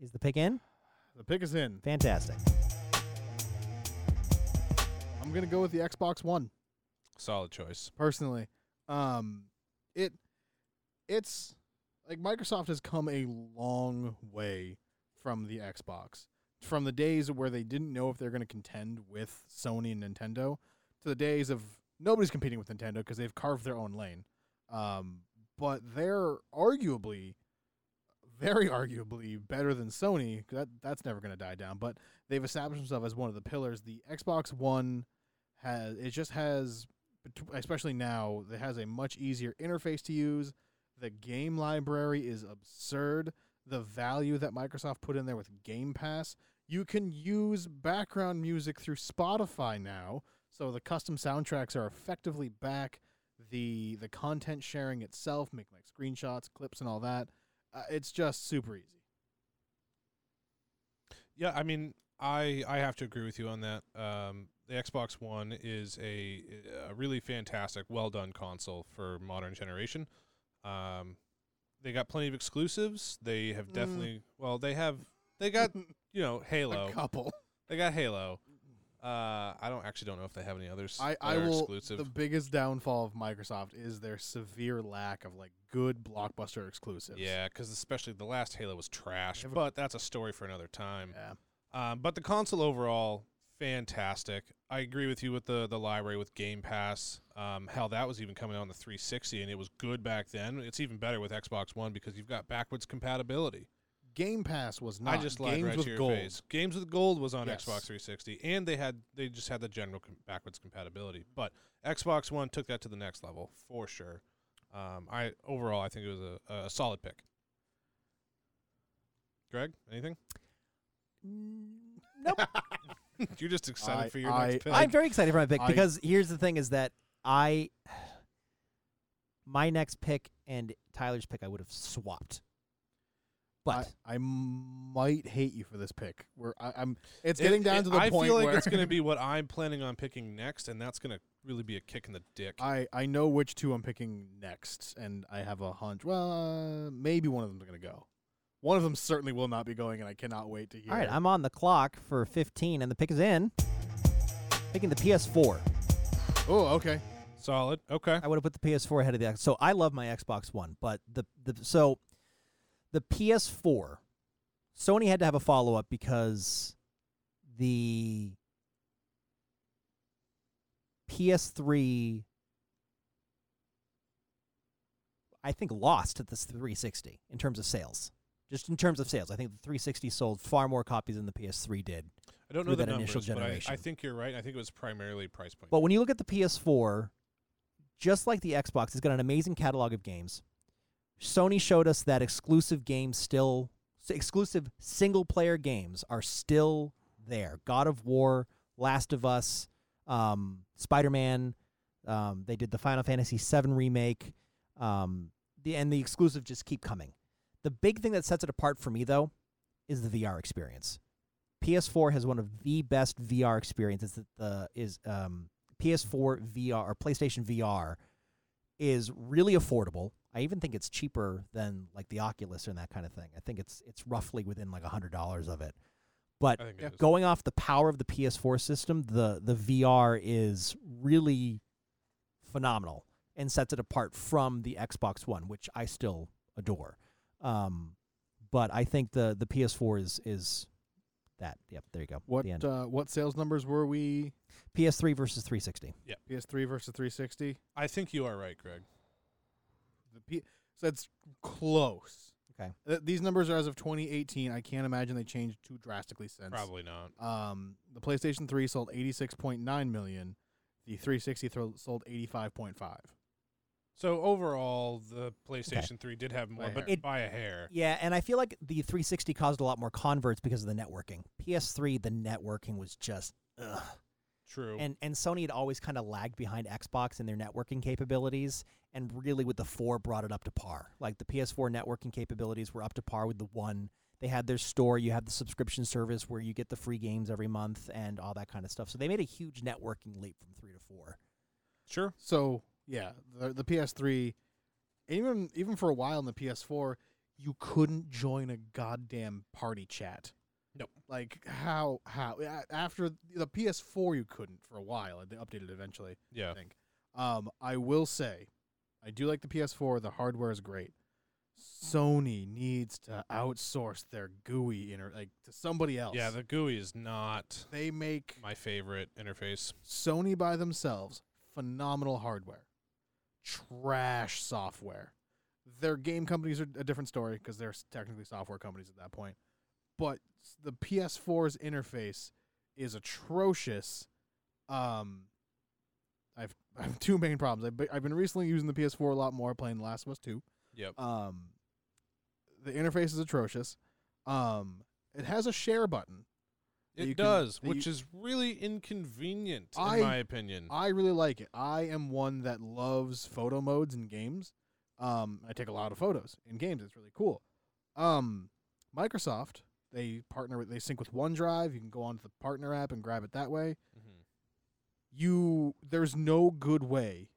Is the pick in?
the pick is in. *laughs*
Fantastic.
I'm gonna go with the Xbox One.
Solid choice.
personally. Um, it it's like Microsoft has come a long way from the Xbox, from the days where they didn't know if they're going to contend with Sony and Nintendo, to the days of nobody's competing with Nintendo because they've carved their own lane. Um, but they're arguably, very arguably, better than Sony. That that's never going to die down. But they've established themselves as one of the pillars. The Xbox One has it just has betw- especially now, that has a much easier interface to use. The game library is absurd. The value that Microsoft put in there with Game Pass, you can use background music through Spotify now. So the custom soundtracks are effectively back. The the content sharing itself, making like screenshots, clips, and all that, uh, it's just super easy.
Yeah, I mean, I I have to agree with you on that. Um, the Xbox One is a, a really fantastic, well done console for modern generation. Um, they got plenty of exclusives. They have
Mm.
definitely well, they have they *laughs* got you know Halo.
*laughs* a couple.
They got Halo. Uh, I don't actually don't know if they have any others.
I,
that
I
are
will.
exclusive.
The biggest downfall of Microsoft is their severe lack of like good blockbuster exclusives.
Yeah, because especially the last Halo was trash,
They have a-
but that's a story for another time.
Yeah.
Um, but the console overall, fantastic. I agree with you with the the library with Game Pass. Um, hell, that was even coming out on the 360, and it was good back then. It's even better with Xbox One because you've got backwards compatibility.
Game Pass was not.
I just lied
Games
right
with
to your
gold.
face. Games with Gold was on
Yes.
Xbox 360, and they had they just had the general com- backwards compatibility. But Xbox One took that to the next level for sure. Um, I overall, I think it was a, a solid pick. Greg, anything? *laughs*
Nope.
You're just excited
I-
for your
I-
next pick.
I-
I'm very excited for my pick
I-
because here's the thing is that I *sighs* my next pick and Tyler's pick I would have swapped. But
I, I might hate you for this pick. Where I, I'm, it's
It-
getting down
it-
to the
I
point
feel like
where
it's going
*laughs*
to be what I'm planning on picking next, and that's going to really be a kick in the dick.
I, I know which two I'm picking next, and I have a hunch. Well, uh, maybe one of them's going to go. One of them certainly will not be going, and I cannot wait to hear.
all right, I'm on the clock for 15 and the pick is in. Picking the PS4.
Oh, okay.
Solid. Okay.
I would have put the PS4 ahead of the X. So I love my Xbox One, but the the so the PS4 Sony had to have a follow up because the PS3 I think lost at this 360 in terms of sales. Just in terms of sales, I think the 360 sold far more copies than the PS3 did.
I don't
through
know the
that
numbers,
initial
but I, I
generation.
think you're right. I think it was primarily price point.
But when you look at the PS4, just like the Xbox, it's got an amazing catalog of games. Sony showed us that exclusive games still, s- exclusive single player games are still there. God of War, Last of Us, um, Spider Man. Um, they did the Final Fantasy VII remake. Um, the, and the exclusive just keep coming. The big thing that sets it apart for me, though, is the VR experience. PS4 has one of the best VR experiences that the is um, PS4 VR or PlayStation VR is really affordable. I even think it's cheaper than like the Oculus and that kind of thing. I think it's it's roughly within like hundred dollars of it. But
I think it
Yeah,
is.
going off the power of the PS4 system, the the VR is really phenomenal and sets it apart from the Xbox One, which I still adore. Um, but I think the the PS4 is is that. Yep, there you go.
What
The end.
uh, what sales numbers were we?
PS3 versus 360.
PS3 versus 360.
I think you are right, Greg.
The P- so that's close.
Okay.
Th- these numbers are as of 2018. I can't imagine they changed too drastically since.
Probably not.
Um, the PlayStation 3 sold 86.9 million. The 360 thro- sold 85.5.
So overall, the PlayStation 3 did have more,
By a
but
hair. It-
by a hair.
Yeah, and I feel like the 360 caused a lot more converts because of the networking. PS3, the networking was just ugh.
True.
and and Sony had always kind of lagged behind Xbox in their networking capabilities, and really with the four brought it up to par. Like the PS4 networking capabilities were up to par with the one. They had their store. You have the subscription service where you get the free games every month and all that kind of stuff. So they made a huge networking leap from three to four.
sure.
So yeah, the, the PS3, and even even for a while in the PS4, you couldn't join a goddamn party chat.
Nope.
Like how how a- after the PS4 you couldn't for a while. They updated it eventually.
Yeah.
think. Um, I will say, I do like the PS4. The hardware is great. Sony needs to outsource their GUI inter like to somebody else.
Yeah, the GUI is not
they make
my favorite interface.
Sony by themselves phenomenal hardware, trash software. Their game companies are a different story because they're s- technically software companies at that point. But s- the PS4's interface is atrocious. Um, I've *laughs* I have two main problems. I've, be- I've been recently using the PS4 a lot more, playing The Last of Us Two.
Yep.
Um, the interface is atrocious. Um, it has a share button. that
It
you can-
does,
that
which
you-
is really inconvenient
I-
in my opinion.
I really like it. I am one that loves photo modes in games. Um, I take a lot of photos in games. It's really cool. Um, Microsoft they partner with they sync with OneDrive. You can go onto the partner app and grab it that way.
Mhm.
You there's no good way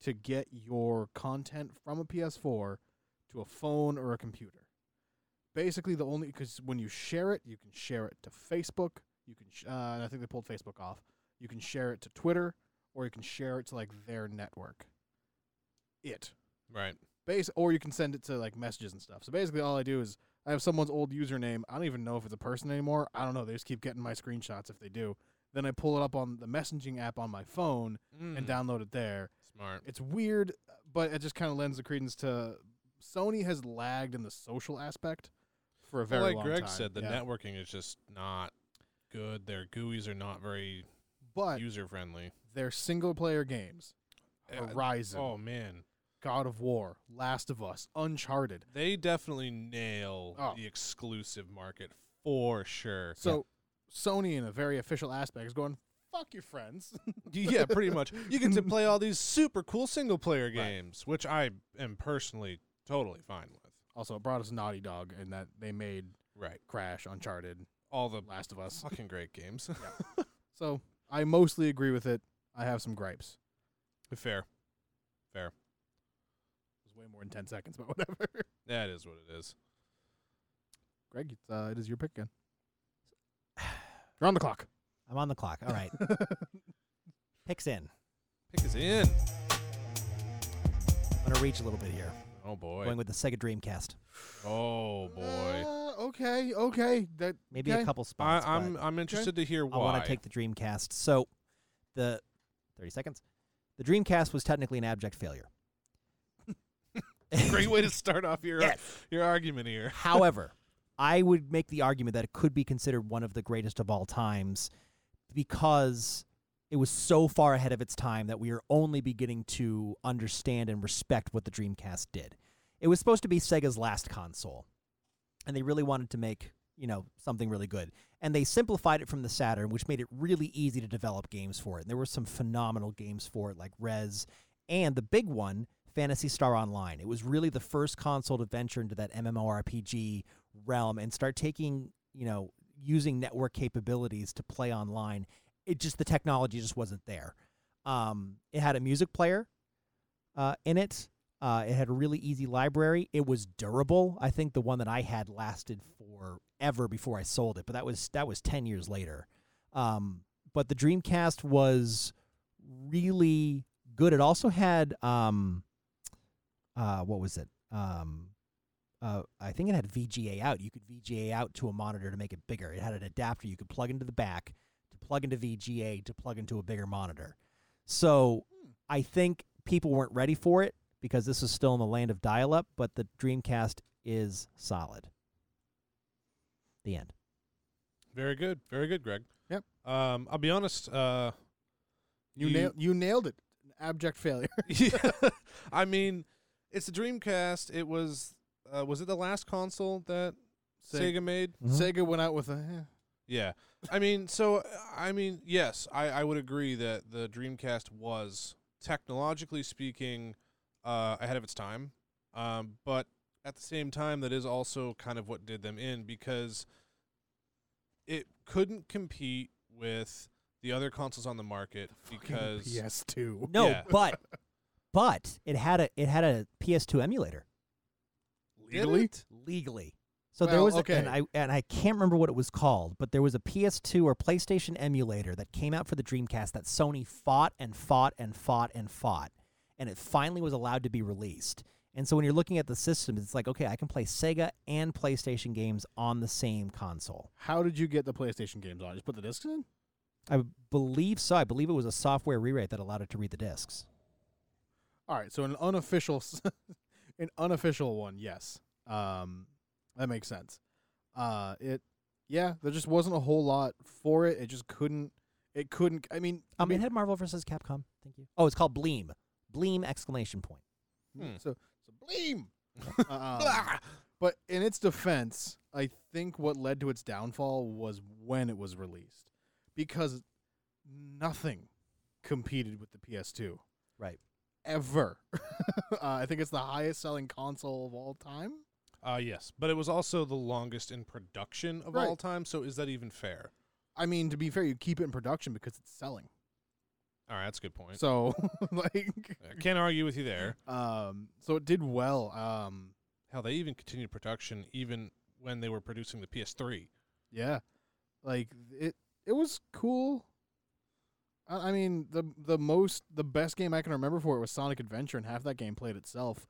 to get your content from a PS4 to a phone or a computer. Basically, the only because when you share it, you can share it to Facebook. You can sh- uh, and I think they pulled Facebook off. You can share it to Twitter, or you can share it to like their network. It
Right.
base, or you can send it to like messages and stuff. So basically, all I do is I have someone's old username. I don't even know if it's a person anymore. I don't know. They just keep getting my screenshots if they do. Then I pull it up on the messaging app on my phone and
Mm,
download it there.
smart.
It's weird, but it just kind of lends the credence to Sony has lagged in the social aspect for a very
Well, like
long
Greg
time.
said, the
Yeah.
networking is just not good. Their GUIs are not very
but
user friendly.
their single player games, Horizon,
oh man,
God of War, Last of Us, Uncharted.
they definitely nail
Oh.
the exclusive market for sure.
So Sony, in a very official aspect, is going fuck your friends.
yeah, pretty much. You get to play all these super cool single player games, which I am personally totally fine with.
also, it brought us Naughty Dog, and that they made
Right.
Crash, Uncharted,
All the
Last of Us.
fucking great games.
So I mostly agree with it. I have some gripes.
*laughs* Fair.
It was way more than ten seconds, *laughs* but whatever.
That is what it is.
Greg, it's, uh, it is your pick again. *sighs* You're on the clock. *laughs*
I'm on the clock. All
*laughs*
right,
Oh,
picks in.
Pick is in.
I'm gonna reach a little bit here.
Oh boy.
Going with the Sega Dreamcast.
Oh boy.
Uh, okay, okay. That
Maybe
Okay.
a couple
I,
spots.
I'm
but
I'm interested to hear
I
why.
want to take the Dreamcast. So the 30 seconds. The Dreamcast was technically an abject failure.
*laughs* Great way to start off your
Yes.
your argument here.
*laughs* However, I would make the argument that it could be considered one of the greatest of all times because it was so far ahead of its time that we are only beginning to understand and respect what the Dreamcast did. It was supposed to be Sega's last console, and they really wanted to make, you know, something really good. And they simplified it from the Saturn, which made it really easy to develop games for it. And there were some phenomenal games for it, like Res and the big one, Fantasy Star Online. It was really the first console to venture into that MMORPG realm and start taking, you know, using network capabilities to play online. It just the technology just wasn't there. Um, it had a music player uh, in it. Uh, it had a really easy library. It was durable. I think the one that I had lasted forever before I sold it, but that was that was ten years later. Um, but the Dreamcast was really good. It also had um, uh, what was it? Um, uh, I think it had VGA out. You could VGA out to a monitor to make it bigger. It had an adapter you could plug into the back to plug into VGA to plug into a bigger monitor. So I think people weren't ready for it because this is still in the land of dial-up. But the Dreamcast is solid. The end.
Very good, very good, Greg.
Yep.
Um, I'll be honest. Uh,
you, nailed you nailed it. An abject failure. *laughs*
yeah. *laughs* I mean, it's the Dreamcast. It was uh, was it the last console that
Sega.
Sega made?
Mm-hmm.
Sega went out with a. eh.
Yeah. I mean, so uh, I mean, yes, I, I would agree that the Dreamcast was technologically speaking uh, ahead of its time, um, but at the same time, that is also kind of what did them in because it couldn't compete with the other consoles on the market
Fucking
because
PS2.
No,
Yeah.
but but it had a it had a PS2 emulator.
Did
Legally?
it?
legally. So there
Well,
was, a-
okay.
and I and I can't remember what it was called, but there was a PS2 or PlayStation emulator that came out for the Dreamcast that Sony fought and fought and fought and fought, and it finally was allowed to be released. And so when you're looking at the system, it's like, okay, I can play Sega and PlayStation games on the same console.
How did you get the PlayStation games on? Just put the discs in.
I believe so. I believe it was a software rewrite that allowed it to read the discs.
All right, so an unofficial, s- *laughs* an unofficial one, yes. Um, that makes sense. Uh, it, yeah, there just wasn't a whole lot for it. It just couldn't. It couldn't. I mean, I
Um, it had Marvel versus Capcom. Thank you. Oh, it's called Bleem. Bleem exclamation point.
Hmm.
so so blame. um, but in its defense, I think what led to its downfall was when it was released, because nothing competed with the PS2.
Right.
Ever. *laughs* uh, I think it's the highest selling console of all time.
Uh, yes, but it was also the longest in production of
Right.
all time. So is that even fair?
I mean, to be fair, you keep it in production because it's selling.
All right, that's a good point.
So, *laughs* like,
I can't argue with you there.
um, so it did well. Um,
Hell, they even continued production even when they were producing the PS3.
yeah, like it. It was cool. I, I mean, the the most the best game I can remember for it was Sonic Adventure, and half that game played itself.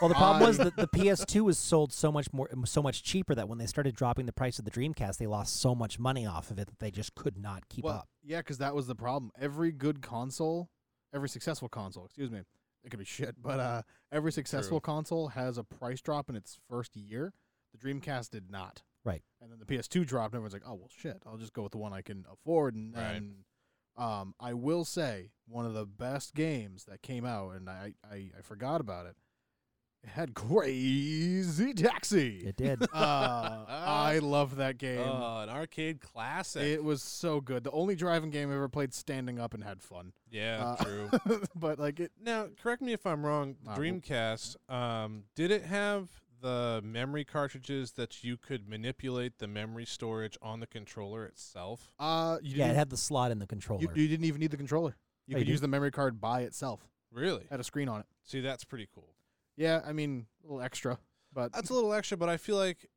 Well, the problem was
I-
that the PS2 was sold so much more, so much cheaper that when they started dropping the price of the Dreamcast, they lost so much money off of it that they just could not keep
well,
up.
yeah, because that was the problem. Every good console, every successful console, excuse me, it could be *laughs* shit, but uh, every successful console has a price drop in its first year. The Dreamcast did not.
Right.
And then the PS2 dropped, and everyone's like, "Oh well, shit. I'll just go with the one I can afford." And,
Right.
and um, I will say one of the best games that came out, and I I, I forgot about it. It had *laughs* Crazy Taxi.
It
*laughs*
did.
uh, I
*laughs*
love that game.
Oh, an arcade classic.
Um, It was so good. The only driving game I ever played standing up and had fun. *laughs*
yeah,
uh,
true.
but like it
Now, correct me if I'm wrong. The
Uh, w-
Dreamcast, um, did it have the memory cartridges that you could manipulate the memory storage on the controller itself?
uh you
yeah, it
didn't,
had the slot in the controller.
you, you didn't even need the controller. You
Oh, you
could use the memory card by itself.
Really?
Had a screen on it.
See, that's pretty cool.
Yeah, I mean a little extra. But
That's a little extra, but I feel like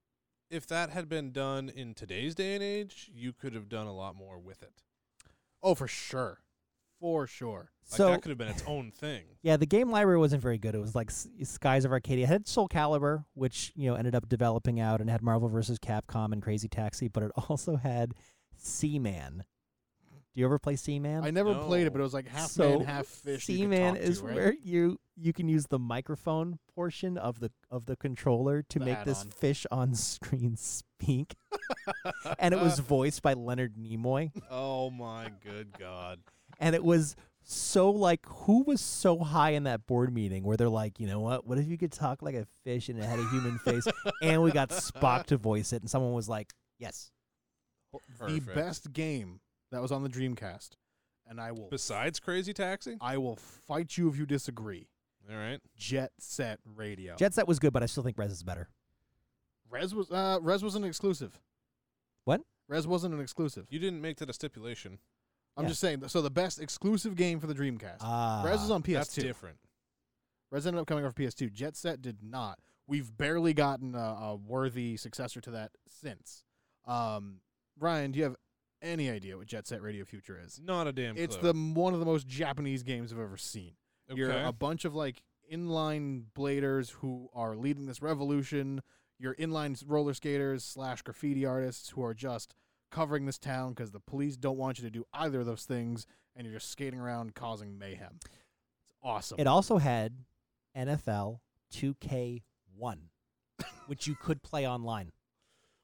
if that had been done in today's day and age, you could have done a lot more with it.
oh for sure.
for sure. Like
So-
that could have been its own thing.
Yeah, the game library wasn't very good. It was like S- Skies of Arcadia. It had Soul Calibur, which you know ended up developing out, and had Marvel vs. Capcom and Crazy Taxi, but it *laughs* also had Seaman. Do you ever play Seaman?
I never played
No.
it, but it was like half
Um, so
man, half fish. you could
Seaman
talk
is
to, right?
where you you can use the microphone portion of the of the controller to
The
make this
add-on.
fish on *laughs* screen
*laughs*
speak, and it was voiced by Leonard Nimoy.
*laughs* Oh my good god.
and it was so like who was so high in that board meeting where they're like you know what what if you could talk like a fish and it had a human
*laughs*
face and we got spock to voice it and someone was like yes
*laughs* Perfect.
the best game that was on the Dreamcast, and I will
Besides Crazy Taxi?
I will fight you if you disagree.
All right.
Jet Set Radio.
jet set was good but i still think res is better
Res was uh, Res wasn't an exclusive.
What?
Res wasn't an exclusive.
You didn't make that a stipulation.
I'm
Yeah.
just saying. th- So the best exclusive game for the Dreamcast.
ah
Res was on
That's
PS2.
different.
Res ended up coming off PS2. Jet Set did not. We've barely gotten a, a worthy successor to that since. Um, Ryan, do you have any idea what Jet Set Radio Future is?
Not a damn
It's
clue.
the one of the most Japanese games I've ever seen. You're
Okay.
a bunch of like inline bladers who are leading this revolution. You're inline s- roller skaters slash graffiti artists who are just covering this town because the police don't want you to do either of those things, and you're just skating around causing mayhem. It's awesome.
it also had nfl 2k1 which you could play online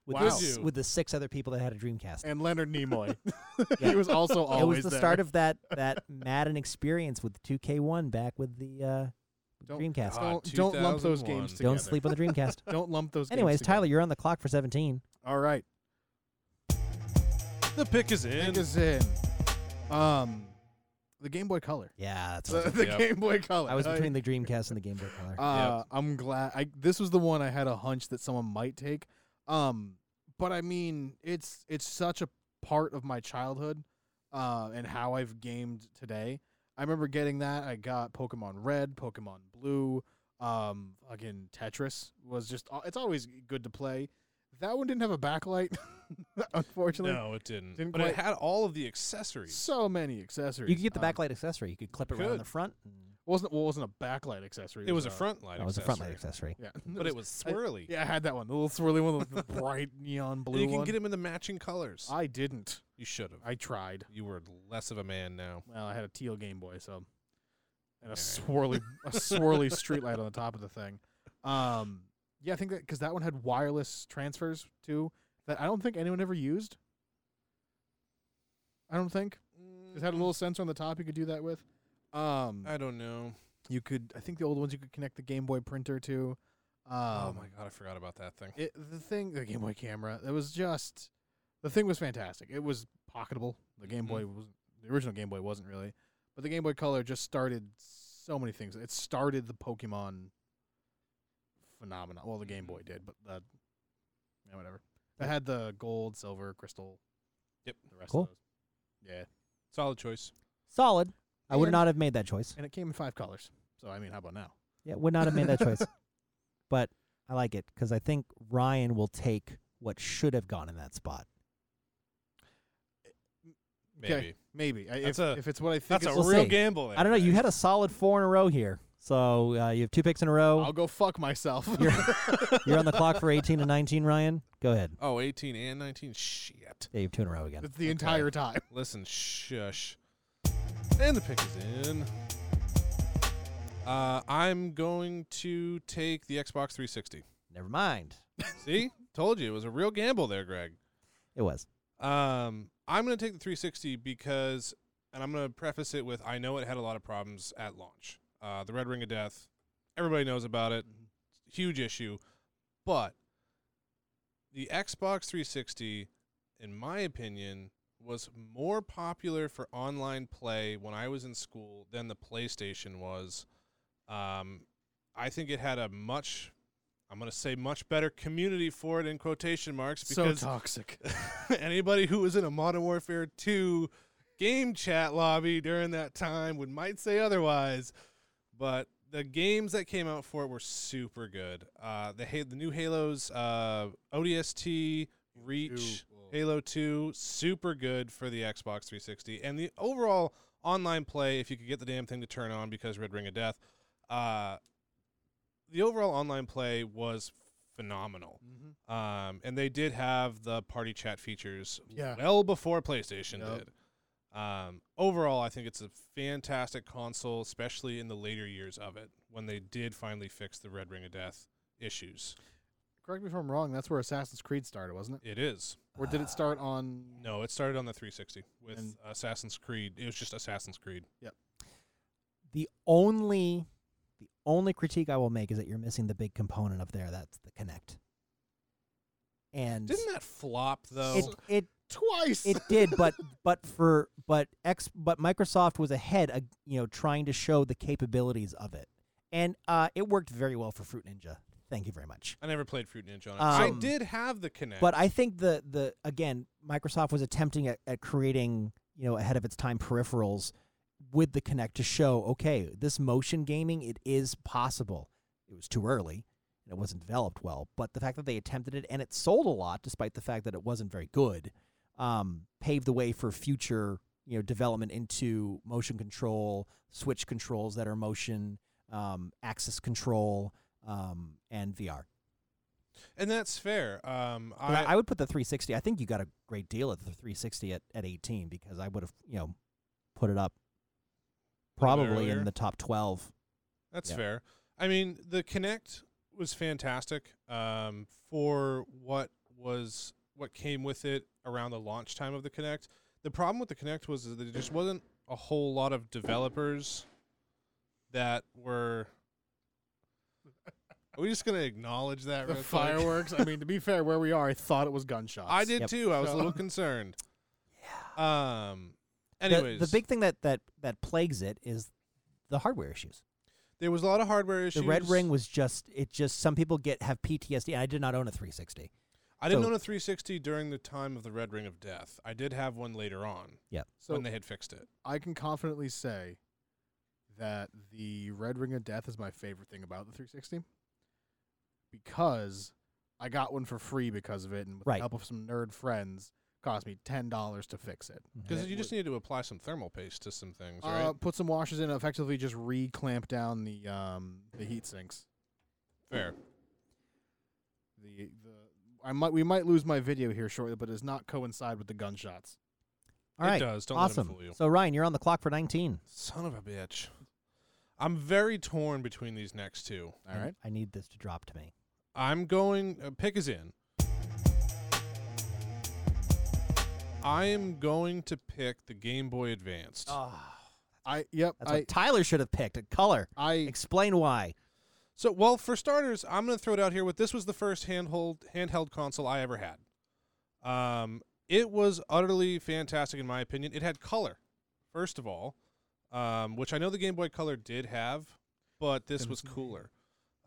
with,
Wow.
the, s-
Could you?
with the six other people that had a dreamcast
and Leonard
*laughs*
Nimoy. *laughs*
Yeah.
he was also always
it was the
there.
start of
*laughs*
that that madden experience with 2k1 back with the uh with the
Don't-
dreamcast
Ah,
Don't- don't lump those
2001.
games
don't
together.
sleep on the dreamcast
Don't lump *laughs* those. games
Anyways,
together.
Tyler, you're on the clock for 17.
All right,
*laughs* The pick is in.
pick is in. Um, the Game Boy Color.
Yeah,
*laughs*
that's
The, the
Yep.
Game Boy Color. *laughs*
I was
Uh,
between the Dreamcast and the Game Boy Color.
Uh, I'm glad. I this was the one I had a hunch that someone might take. Um, but I mean, it's it's such a part of my childhood, uh, and how I've gamed today. I remember getting that. I got Pokemon Red, Pokemon Blue, um, fucking Tetris was just. al- It's always good to play. That one didn't have a backlight, *laughs* unfortunately.
no, it didn't.
didn't
but it
quite-
had all of the accessories.
So many accessories.
you could get the
Um,
backlight accessory. You could clip it right on
could.
the front. and-
Wasn't well, wasn't a backlight accessory.
It was a front light
That was a front light accessory.
Yeah,
*laughs* But it was swirly.
Yeah, I had that one. The little swirly one, the bright
*laughs*
neon blue
and you can
one.
get them in the matching colors.
I didn't.
you should have.
I tried.
You were less of a man now.
Well, I had a teal Game Boy, so and a
Alright.
swirly a swirly
*laughs*
streetlight on the top of the thing. Um, yeah, I think that because that one had wireless transfers too that I don't think anyone ever used. I don't think it had a little sensor on the top you could do that with. Um,
I don't know.
you could. I think the old ones you could connect the Game Boy printer to. Um,
oh my god, I forgot about that thing.
it, the thing, the Game Boy camera, it was just the thing was fantastic. It was pocketable. The Game
Mhm.
Boy was the original Game Boy wasn't really, but the Game Boy Color just started so many things. It started the Pokemon phenomenon. Well, the Game
Mm-hmm.
Boy did, but the yeah, whatever. It had the gold, silver, crystal.
Yep.
The rest
Cool.
of those. Yeah.
Solid choice.
Solid. I would
And-
not have made that choice.
And it came in five colors. So I mean, how about now?
Yeah, would not have made that choice. *laughs* But I like it because I think Ryan will take what should have gone in that spot.
Maybe.
Maybe. I,
That's
if,
a-
if it's what I think
That's
it's,
a
We'll
real
see.
gamble.
I don't know. You had a solid four in a row here. So uh, you have two picks in a row.
*laughs*
I'll go fuck myself.
You're, you're on the clock for 18 and 19, Ryan. Go ahead.
Oh, 18 and 19. Shit.
Yeah, you have two in a row again.
*laughs* it's the entire
*laughs*
time.
Listen, shush. And the pick is in. Uh, I'm going to take the Xbox 360.
Never mind.
See? Told you it was a real gamble there, Greg.
It was.
Um, I'm going to take the 360 because, and I'm going to preface it with I know it had a lot of problems at launch. Uh, the Red Ring of Death, everybody knows about it. Huge issue. But the Xbox 360, in my opinion, was more popular for online play when I was in school than the PlayStation was. Um, I think it had a much, I'm going to say much better community for it in quotation marks
So
because
toxic.
*laughs* anybody who was in a Modern Warfare 2 game chat lobby during that time would might say otherwise, but the games that came out for it were super good. Uh, the Ha- the new Halos, uh, ODST, Reach,
Two.
Halo 2, super good for the Xbox 360, and the overall online play if you could get the damn thing to turn on because Red Ring of Death. Uh, the overall online play was phenomenal.
Mm-hmm.
Um, and they did have the party chat features
Yeah.
well before PlayStation
Yep.
did. Um, overall, I think it's a fantastic console, especially in the later years of it when they did finally fix the Red Ring of Death issues.
Correct me if I'm wrong. That's where Assassin's Creed started, wasn't it?
It is.
Or did it start on?
Uh, No, it started on the 360 with
And-
Assassin's Creed. It was just Assassin's Creed.
The only the only critique I will make is that you're missing the big component up there. That's the connect. And
Didn't that flop though?
it it
Twice.
it did, but but for but X but Microsoft was ahead, uh, you know, trying to show the capabilities of it, and uh, it worked very well for Fruit Ninja. Thank you very much.
I never played Fruit Ninja on it. I
Um,
did have the Kinect.
But I think the the again, Microsoft was attempting at, at creating you know ahead of its time peripherals with the Kinect to show okay, this motion gaming it is possible. It was too early and it wasn't developed well, but the fact that they attempted it and it sold a lot, despite the fact that it wasn't very good, um, paved the way for future you know development into motion control, switch controls that are motion, um, axis control, um, and VR.
and that's fair. Um,
But I,
I,
I would put the 360. I think you got a great deal at the 360 at, at 18 because I would have, you know, put it up probably
earlier.
in the top 12.
That's
Yeah.
fair. I mean, the Kinect was fantastic um, for what was what came with it around the launch time of the Kinect. The problem with the Kinect was that there just wasn't a whole lot of developers that
*laughs*
were. Are we just gonna acknowledge that?
*laughs* the
real quick?
fireworks. I mean, to be fair, where we are, I thought it was gunshots.
I did
Yep.
too. I was a
So-
little concerned. Yeah. Um.
The-
Anyways,
the, big thing that, that, that plagues it is the hardware issues.
there was a lot of hardware issues.
The Red Ring was just, it just, some people get, have PTSD. And I did not own a 360.
I didn't
so-
own a 360 during the time of the Red Ring of Death. I did have one later on.
So
when they had fixed it.
I can confidently say that the Red Ring of Death is my favorite thing about the 360 because I got one for free because of it, and with
Right.
the help of some nerd friends, cost me ten dollars to fix it.
Because
it
you just need to apply some thermal paste to some things, right?
Uh, put some washers in, effectively just re-clamp down the um the heat sinks.
Fair.
The the I might we might lose my video here shortly, but it does not coincide with the gunshots.
All right.
It does. Don't
awesome.
let him fool you.
So, Ryan, you're on the clock for 19.
Son of a bitch. I'm very torn between these next two.
All right.
I need this to drop to me.
I'm going. Uh, pick is in. I am going to pick the Game Boy Advanced.
Oh,
I yep.
that's
Ah. I
what Tyler should have picked a color.
I
Explain why.
So, well, for starters, I'm going to throw it out here with this was the first handheld handheld console I ever had. Um, it was utterly fantastic in my opinion. It had color, first of all, um, which I know the Game Boy Color did have, but this was cooler.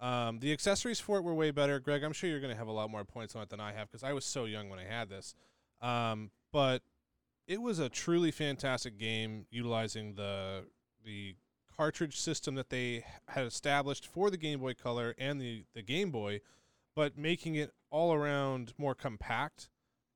Um, the accessories for it were way better. Greg, I'm sure you're going to have a lot more points on it than I have because I was so young when I had this. Um, but it was a truly fantastic game utilizing the the cartridge system that they h- had established for the Game Boy Color and the, the Game Boy, but making it all around more compact.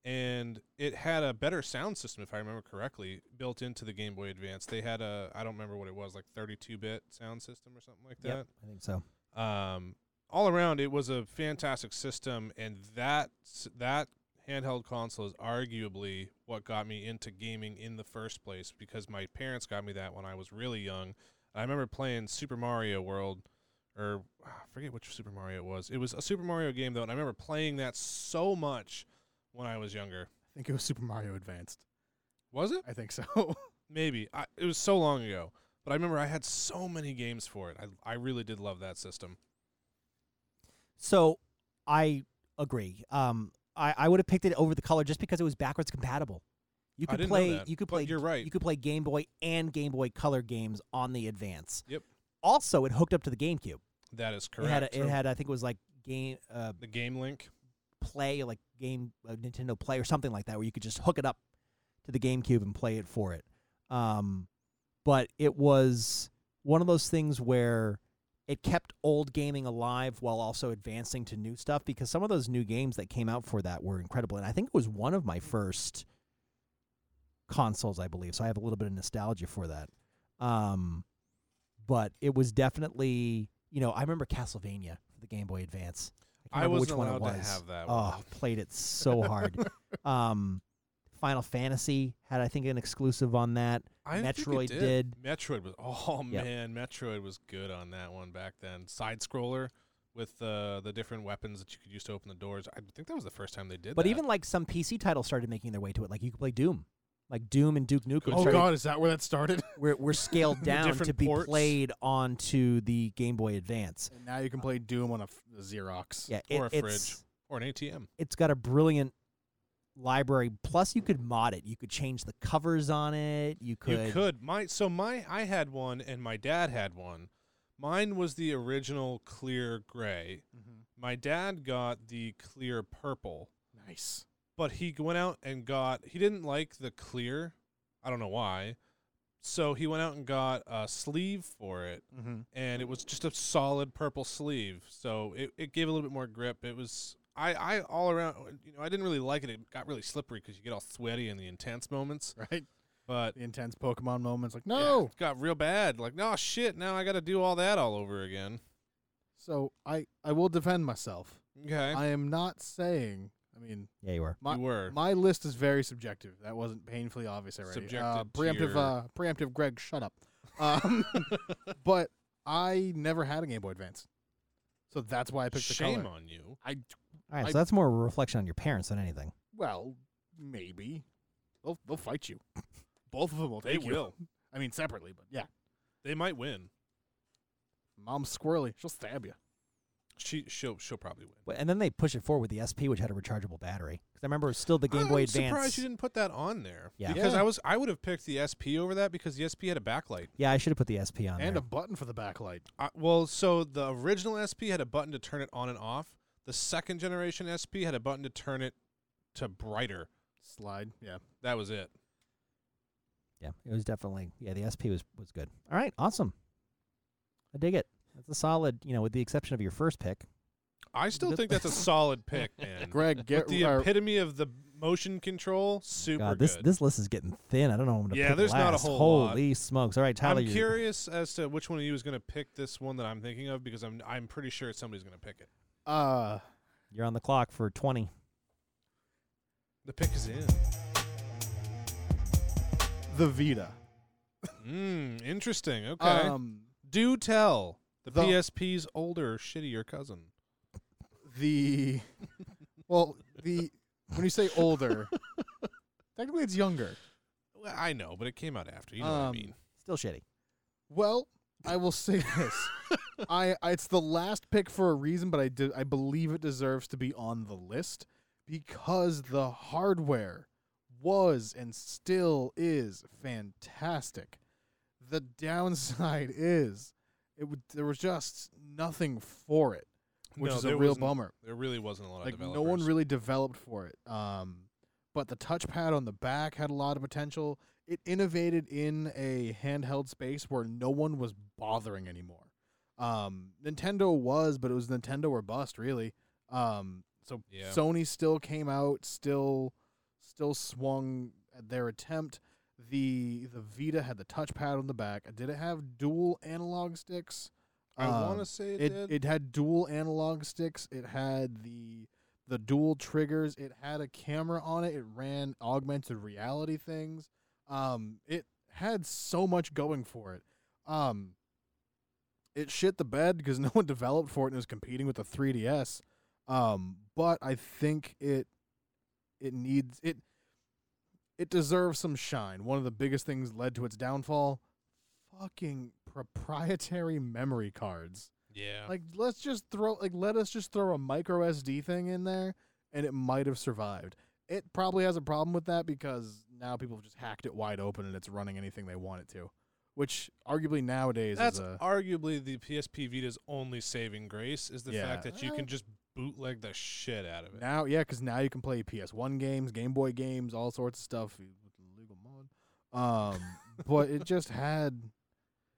And it had a better sound system, if I remember correctly, built into the Game Boy Advance. They had a, I don't remember what it was, like 32 bit sound system or something like that
Yep, I think so.
um, all around it was a fantastic system and that s- that handheld console is arguably what got me into gaming in the first place because my parents got me that when I was really young. I remember playing Super Mario World or ah, I forget which Super Mario it was. It was a Super Mario game though and I remember playing that so much when I was younger.
think it was Super Mario Advanced.
Was it?
I think so.
Maybe. I, it was so long ago, but I remember I had so many games for it. I I really did love that system.
So I agree. Um, I, I would have picked it over the color just because it was backwards compatible. You
I
could
didn't know
play.
that,
you could
but
play.
you're right.
You could play Game Boy and Game Boy Color games on the Advance.
Yep.
Also, it hooked up to the GameCube.
That is
It had.
correct.
A, it had. I think it was like game uh,
the game link.
play, like game uh, Nintendo Play or something like that, where you could just hook it up to the GameCube and play it for it. Um, but it was one of those things where it kept old gaming alive while also advancing to new stuff because some of those new games that came out for that were incredible. And I think it was one of my first consoles, I believe. So I have a little bit of nostalgia for that. Um, but it was definitely, you know, I remember Castlevania for the Game Boy Advance. can't
I
remember
wasn't
which
allowed
one it
to
was.
have that one.
Oh, played it so
*laughs*
hard. um, Final Fantasy had, I think, an exclusive on that.
I think it
Metroid did.
Metroid was *laughs* oh
Yep.
man, Metroid was good on that one back then. Side scroller with uh, the different weapons that you could use to open the doors. I think that was the first time they did
But
that.
even like some PC titles started making their way to it. Like you could play Doom, like Doom and Duke Nukem.
Oh
started-
*laughs* God, is that where that started?
were, were
*laughs*
scaled down
different
to be
ports.
played onto the Game Boy Advance.
*laughs* and now you can play Doom on a, f- a Xerox.
Yeah,
Or a
it-
fridge.
it's
or an ATM.
it's got a brilliant library. Plus, you could mod it. You could change the covers on it. You could.
You could. My so my I had one and my dad had one. Mine was the original clear gray.
Mm-hmm.
My dad got the clear purple,
Nice.
but he g- went out and got he didn't like the clear. I don't know why. So he went out and got a sleeve for it
Mm-hmm.
and it was just a solid purple sleeve. So it, it gave a little bit more grip. It was I, I all around you know, I didn't really like it. It got really slippery because you get all sweaty in the intense moments.
Right.
But
The intense Pokemon moments, like
yeah,
no.
it got real bad. Like, no shit, now I gotta do all that all over again.
So I I will defend myself.
Okay.
I am not saying. I mean,
Yeah, you were.
my
you were.
my list is very subjective. That wasn't painfully obvious already. Uh,
Subjected to
preemptive,
your-
uh, preemptive. Greg, shut up.
*laughs*
Um, but I never had a Game Boy Advance, so that's why I picked the
Shame
color.
on you.
I
All right,
I-
so that's more a reflection on your parents than anything.
well, maybe they'll they'll fight you. *laughs* Both of them will
They
take you.
will.
I mean, separately, but yeah.
They might win.
Mom's squirrely. She'll stab you.
She she'll she'll probably win.
But- And then they push it forward with the SP, which had a rechargeable battery. Because I remember it was still the Game Boy
I'm
Advance.
surprised you didn't put that on there.
Yeah.
Because
Yeah.
I was I would have picked the SP over that because the SP had a backlight.
Yeah, I should have put the SP on
and
there.
a button for the backlight.
I, well, so the original SP had a button to turn it on and off. The second generation SP had a button to turn it to brighter.
Slide. Yeah.
That was it.
yeah, it was definitely. Yeah, the SP was was good. All right, awesome. I dig it. That's a solid. You know, with the exception of your first pick.
I still
*laughs*
think that's a solid pick, man.
Greg, get
Mm. The
uh,
epitome of the motion control, super
God, this
good.
this list is getting thin. I don't know. What I'm gonna
Yeah,
pick
there's not a
last.
whole lot.
Holy smokes! All right, Tyler,
I'm
you're-
curious as to which one of you is going to pick this one that I'm thinking of because I'm I'm pretty sure somebody's going to pick it.
uh,
you're on the clock for 20.
The pick is in.
the Vita.
Mm, interesting. Okay.
Um,
Do tell. The,
the-
PSP's older, shittier cousin.
the well, the when you say older, technically it's younger.
Well, I know, but it came out after. You know what I
Um,
mean.
Still shitty.
Well, I will say this: I, I it's the last pick for a reason, but I do, I believe it deserves to be on the list because the hardware was and still is fantastic. The downside is it would, there was just nothing for it, which
No,
is a
there
real
wasn't-
bummer.
There really wasn't a lot
like
of
no
developers.
one really developed for it. Um, but the touchpad on the back had a lot of potential. It innovated in a handheld space where no one was bothering anymore. Um, Nintendo was, but it was Nintendo or bust, really. Um, so
Yeah.
Sony still came out, still, still swung at their attempt. The the Vita had the touchpad on the back. Did it have dual analog sticks?
I want
Um,
to say it,
it,
did.
it had dual analog sticks. It had the the dual triggers. It had a camera on it. It ran augmented reality things. Um, it had so much going for it. Um, it shit the bed because *laughs* no one developed for it and it was competing with the 3DS. Um, but I think it it needs it it deserves some shine. One of the biggest things led to its downfall. Fucking proprietary memory cards.
yeah.
Like let's just throw like let us just throw a micro SD thing in there and it might have survived. It probably has a problem with that because now people have just hacked it wide open and it's running anything they want it to. Which arguably nowadays
That's
is a
arguably the PSP Vita's only saving grace is the
Yeah.
fact that you
Well-
can just bootleg the shit out of it.
now yeah, because now you can play PS1 games, Game Boy games, all sorts of stuff with legal mod. Um
*laughs*
but it just had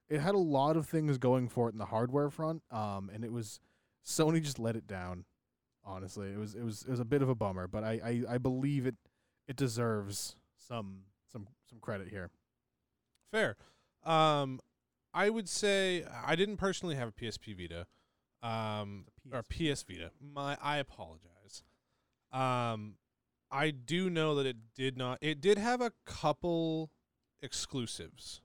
it had a lot of things going for it in the hardware front. Um and it was Sony just let it down. honestly. It was it was it was a bit of a bummer, but I I, I believe it it deserves some some some credit here.
Fair. Um, I would say I didn't personally have a PSP Vita, um, or PS Vita. My I apologize. Um, I do know that it did not. It did have a couple exclusives.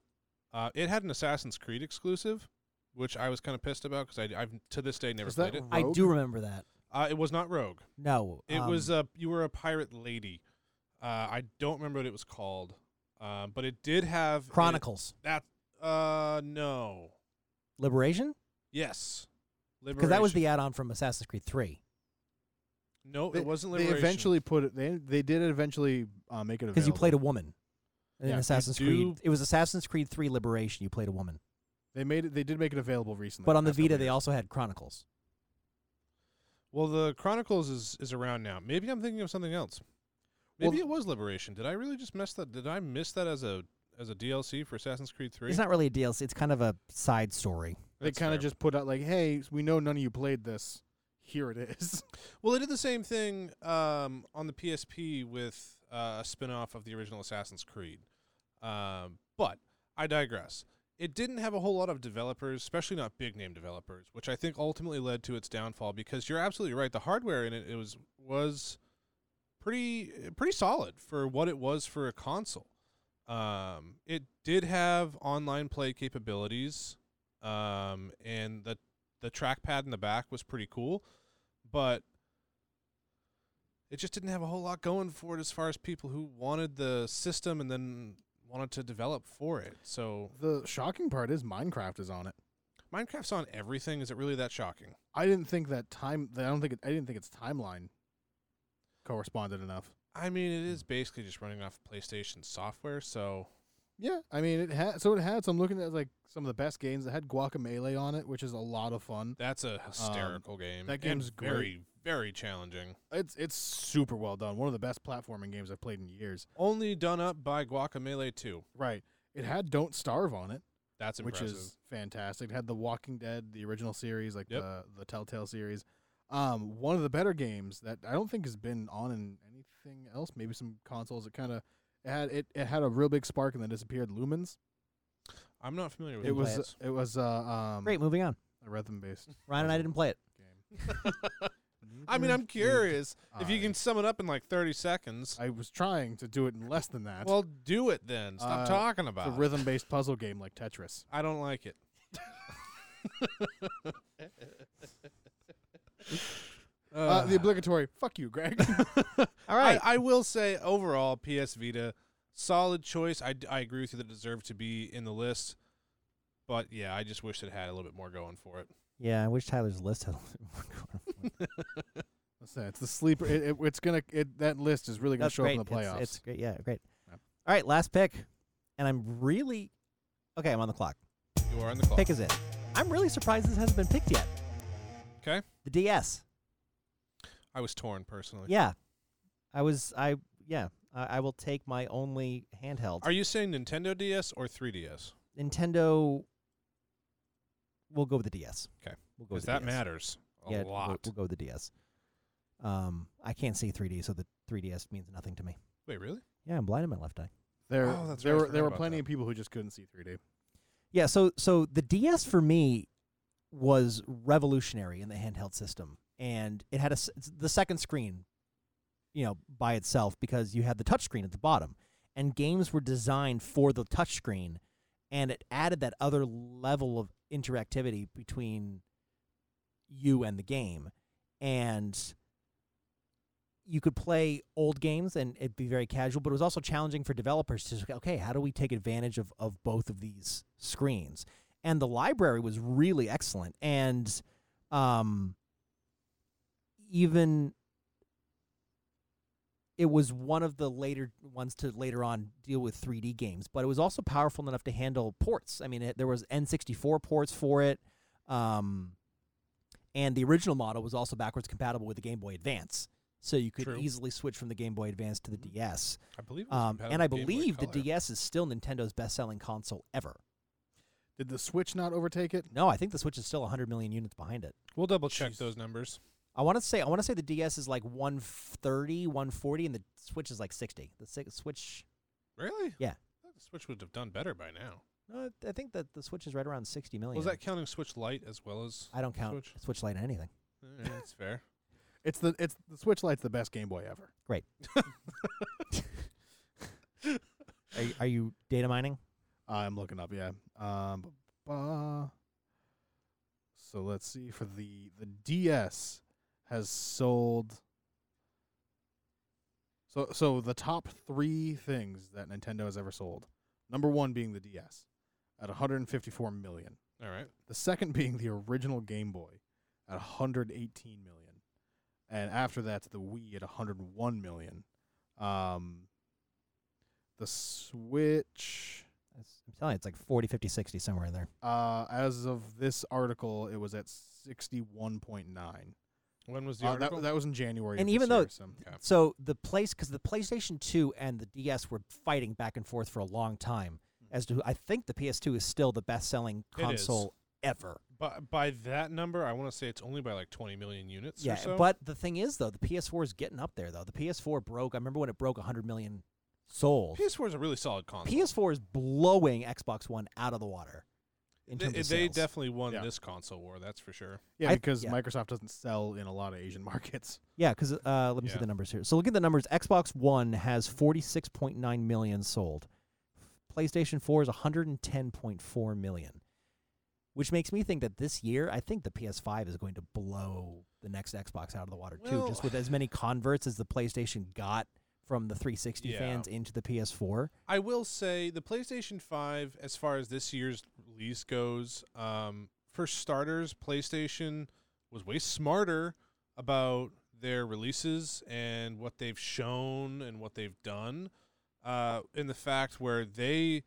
Uh, it had an Assassin's Creed exclusive, which I was kind of pissed about because I've to this day never
Is that
played it.
I
Rogue?
do remember that.
Uh, it was not Rogue.
No,
It
um,
was uh, a you were a pirate lady. Uh, I don't remember what it was called, uh, but it did have a-
Chronicles
that uh no.
Liberation
Yes.
because that was
Liberation.
the add-on from Assassin's Creed Three.
no.
They-
Oh, it wasn't
They
liberation.
eventually put it. They they did eventually uh, make it available
Because you played a woman in
Yeah, you
Assassin's
do-
Creed. It was Assassin's Creed Three Liberation. You played a woman,
They made it. They did make it available recently.
but on the
past couple
Vita they
years.
also had Chronicles.
Well, the Chronicles is is around now. Maybe I'm thinking of something else.
Well,
Maybe it was liberation. Did I really just mess that? Did I miss that as a as a DLC for Assassin's Creed Three?
It's not really a DLC. It's kind of a side story.
they kind of just put out like, "Hey, we know none of you played this. Here it is." *laughs*
Well, they did the same thing um, on the PSP with uh, a spin-off of the original Assassin's Creed. Um, but I digress. It didn't have a whole lot of developers, especially not big name developers, which I think ultimately led to its downfall because you're absolutely right. The hardware in it, it was was pretty pretty solid for what it was for a console. Um, it did have online play capabilities, um, and the the trackpad in the back was pretty cool, but it just didn't have a whole lot going for it as far as people who wanted the system and then wanted to develop for it. So
the shocking part is Minecraft is on it.
Minecraft's on everything. Is it really that shocking?
I didn't think that time. I don't think. It, I didn't think its timeline corresponded enough.
I mean, it is basically just running off PlayStation software. So
Yeah, I mean it had. So it had. So I'm looking at like some of the best games. It had Guacamelee on it, which is a lot of fun.
that's a hysterical game.
that
and
game's great.
very, very challenging.
It's it's super well done. One of the best platforming games I've played in years.
Only done up by Guacamelee 2.
Right. It had Don't Starve on it,
That's
which
impressive.
is fantastic. It had The Walking Dead, the original series, like
Yep.
the the Telltale series. Um, one of the better games that I don't think has been on in anything else. Maybe some consoles. It kind of it had it, it had a real big spark and then disappeared. Lumens.
I'm not familiar with
It was
Minecraft.
it was uh, um
Great, moving on.
a rhythm based
Ryan and I didn't play it.
game.
I mean,
Mm-hmm.
I'm curious if you
I-
can sum it up in like 30 seconds.
I was trying to do it in less than that.
Well, do it then. Stop
Uh,
talking
it's a
about it.
rhythm based puzzle game like Tetris.
I don't like *laughs* it.
Uh, the obligatory fuck you, *laughs* Greg.
All right.
I, I will say overall, PS Vita, solid choice. I, d- I agree with you that it deserved to be in the list. But yeah, I just wish it had a little bit more going for it.
yeah, I wish Tyler's list had a little bit more *laughs* going for it.
Let's say it's the sleeper. It, it, it's gonna it, that list is really gonna
That's
show
great.
up in the playoffs.
It's, it's great. Yeah, great.
Yep.
All right, last pick. And I'm really okay, I'm on the clock.
*laughs* You are on the clock.
Pick is it. I'm really surprised this hasn't been picked yet.
Okay.
The DS.
I was torn personally.
Yeah. I was I yeah. I, I will take my only handheld.
Are you saying Nintendo DS or 3DS?
Nintendo we'll go with the DS.
'Kay.
We'll go
Because
with
that
the DS.
matters a
yeah, we'll-
lot.
We'll, go with the DS. Um I can't see 3D, so the 3DS means nothing to me.
Wait, really?
Yeah, I'm blind in my left eye.
there
Oh, that's
there
right, I
were there
forgot
were
about
plenty
that.
of people who just couldn't see 3D.
Yeah, so so the DS for me was revolutionary in the handheld system, and it had a s- the second screen, you know, by itself because you had the touchscreen at the bottom, and games were designed for the touchscreen, and it added that other level of interactivity between you and the game, and you could play old games and it'd be very casual, but it was also challenging for developers to say, okay, how do we take advantage of, of both of these screens? And the library was really excellent. And um, even it was one of the later ones to later on deal with 3D games, but it was also powerful enough to handle ports. I mean, it, there was N64 ports for it. Um, and the original model was also backwards compatible with the Game Boy Advance. So you could
True.
easily switch from the Game Boy Advance to the
Mhm.
DS.
I believe. It was
Um,
compatible
and I
with Game Boy
believe the
Color.
DS is still Nintendo's best-selling console ever.
Did the Switch not overtake it?
No, I think the Switch is still 100 million units behind it.
We'll double check
Jeez.
those numbers.
I want to say I want to say the DS is like 130, 140, and the Switch is like 60. The si- Switch
Really?
Yeah.
I thought the Switch would have done better by now.
No, uh, I- I think that the Switch is right around 60 million.
Was that counting Switch Lite as well as?
Oh, I don't count Switch,
Switch?
Lite on anything.
Yeah, that's fair.
It's the it's the Switch Lite's the best Game Boy ever.
Are you, are you data mining?
I'm looking up, yeah. Um, bu- bu- so let's see for the the DS has sold. So so the top three things that Nintendo has ever sold. Number one being the DS, at 154 million.
All right.
The second *laughs* being the original Game Boy, at 118 million, and after that's the Wii at 101 million. Um, the Switch.
That's- I'm telling you, it's like 40, 50, 60, somewhere in there.
Uh, as of this article, it was at sixty-one point nine.
When was the
Uh, that,
article?
that was in January. of
And
this
even though-
year, so-
Okay.
So the place, because the PlayStation 2 and the DS were fighting back and forth for a long time as to, I think the PS2 is still the best selling
Hmm. It is.
console ever.
by, by that number, I want to say it's only by like 20 million units. or
yeah,
so.
but the thing is, though, the PS4 is getting up there, though. The PS4 broke, I remember when it broke 100 million sold.
PS4 is a really solid console.
PS4 is blowing Xbox One out of the water in
They,
terms of
they
sales.
definitely won
Yeah.
this console war, that's for sure.
yeah,
I-
because
yeah.
Microsoft doesn't sell in a lot of Asian markets.
Yeah, because uh, let me see
Yeah.
the numbers here. So look at the numbers. Xbox One has 46.9 million sold. PlayStation 4 is 110.4 million, which makes me think that this year, I think the PS5 is going to blow the next Xbox out of the water, too,
Well-
just with as many converts as the PlayStation got from the 360
Yeah.
fans into the PS4.
I will say the PlayStation 5, as far as this year's release goes, um, for starters, PlayStation was way smarter about their releases and what they've shown and what they've done. Uh, in the fact where they,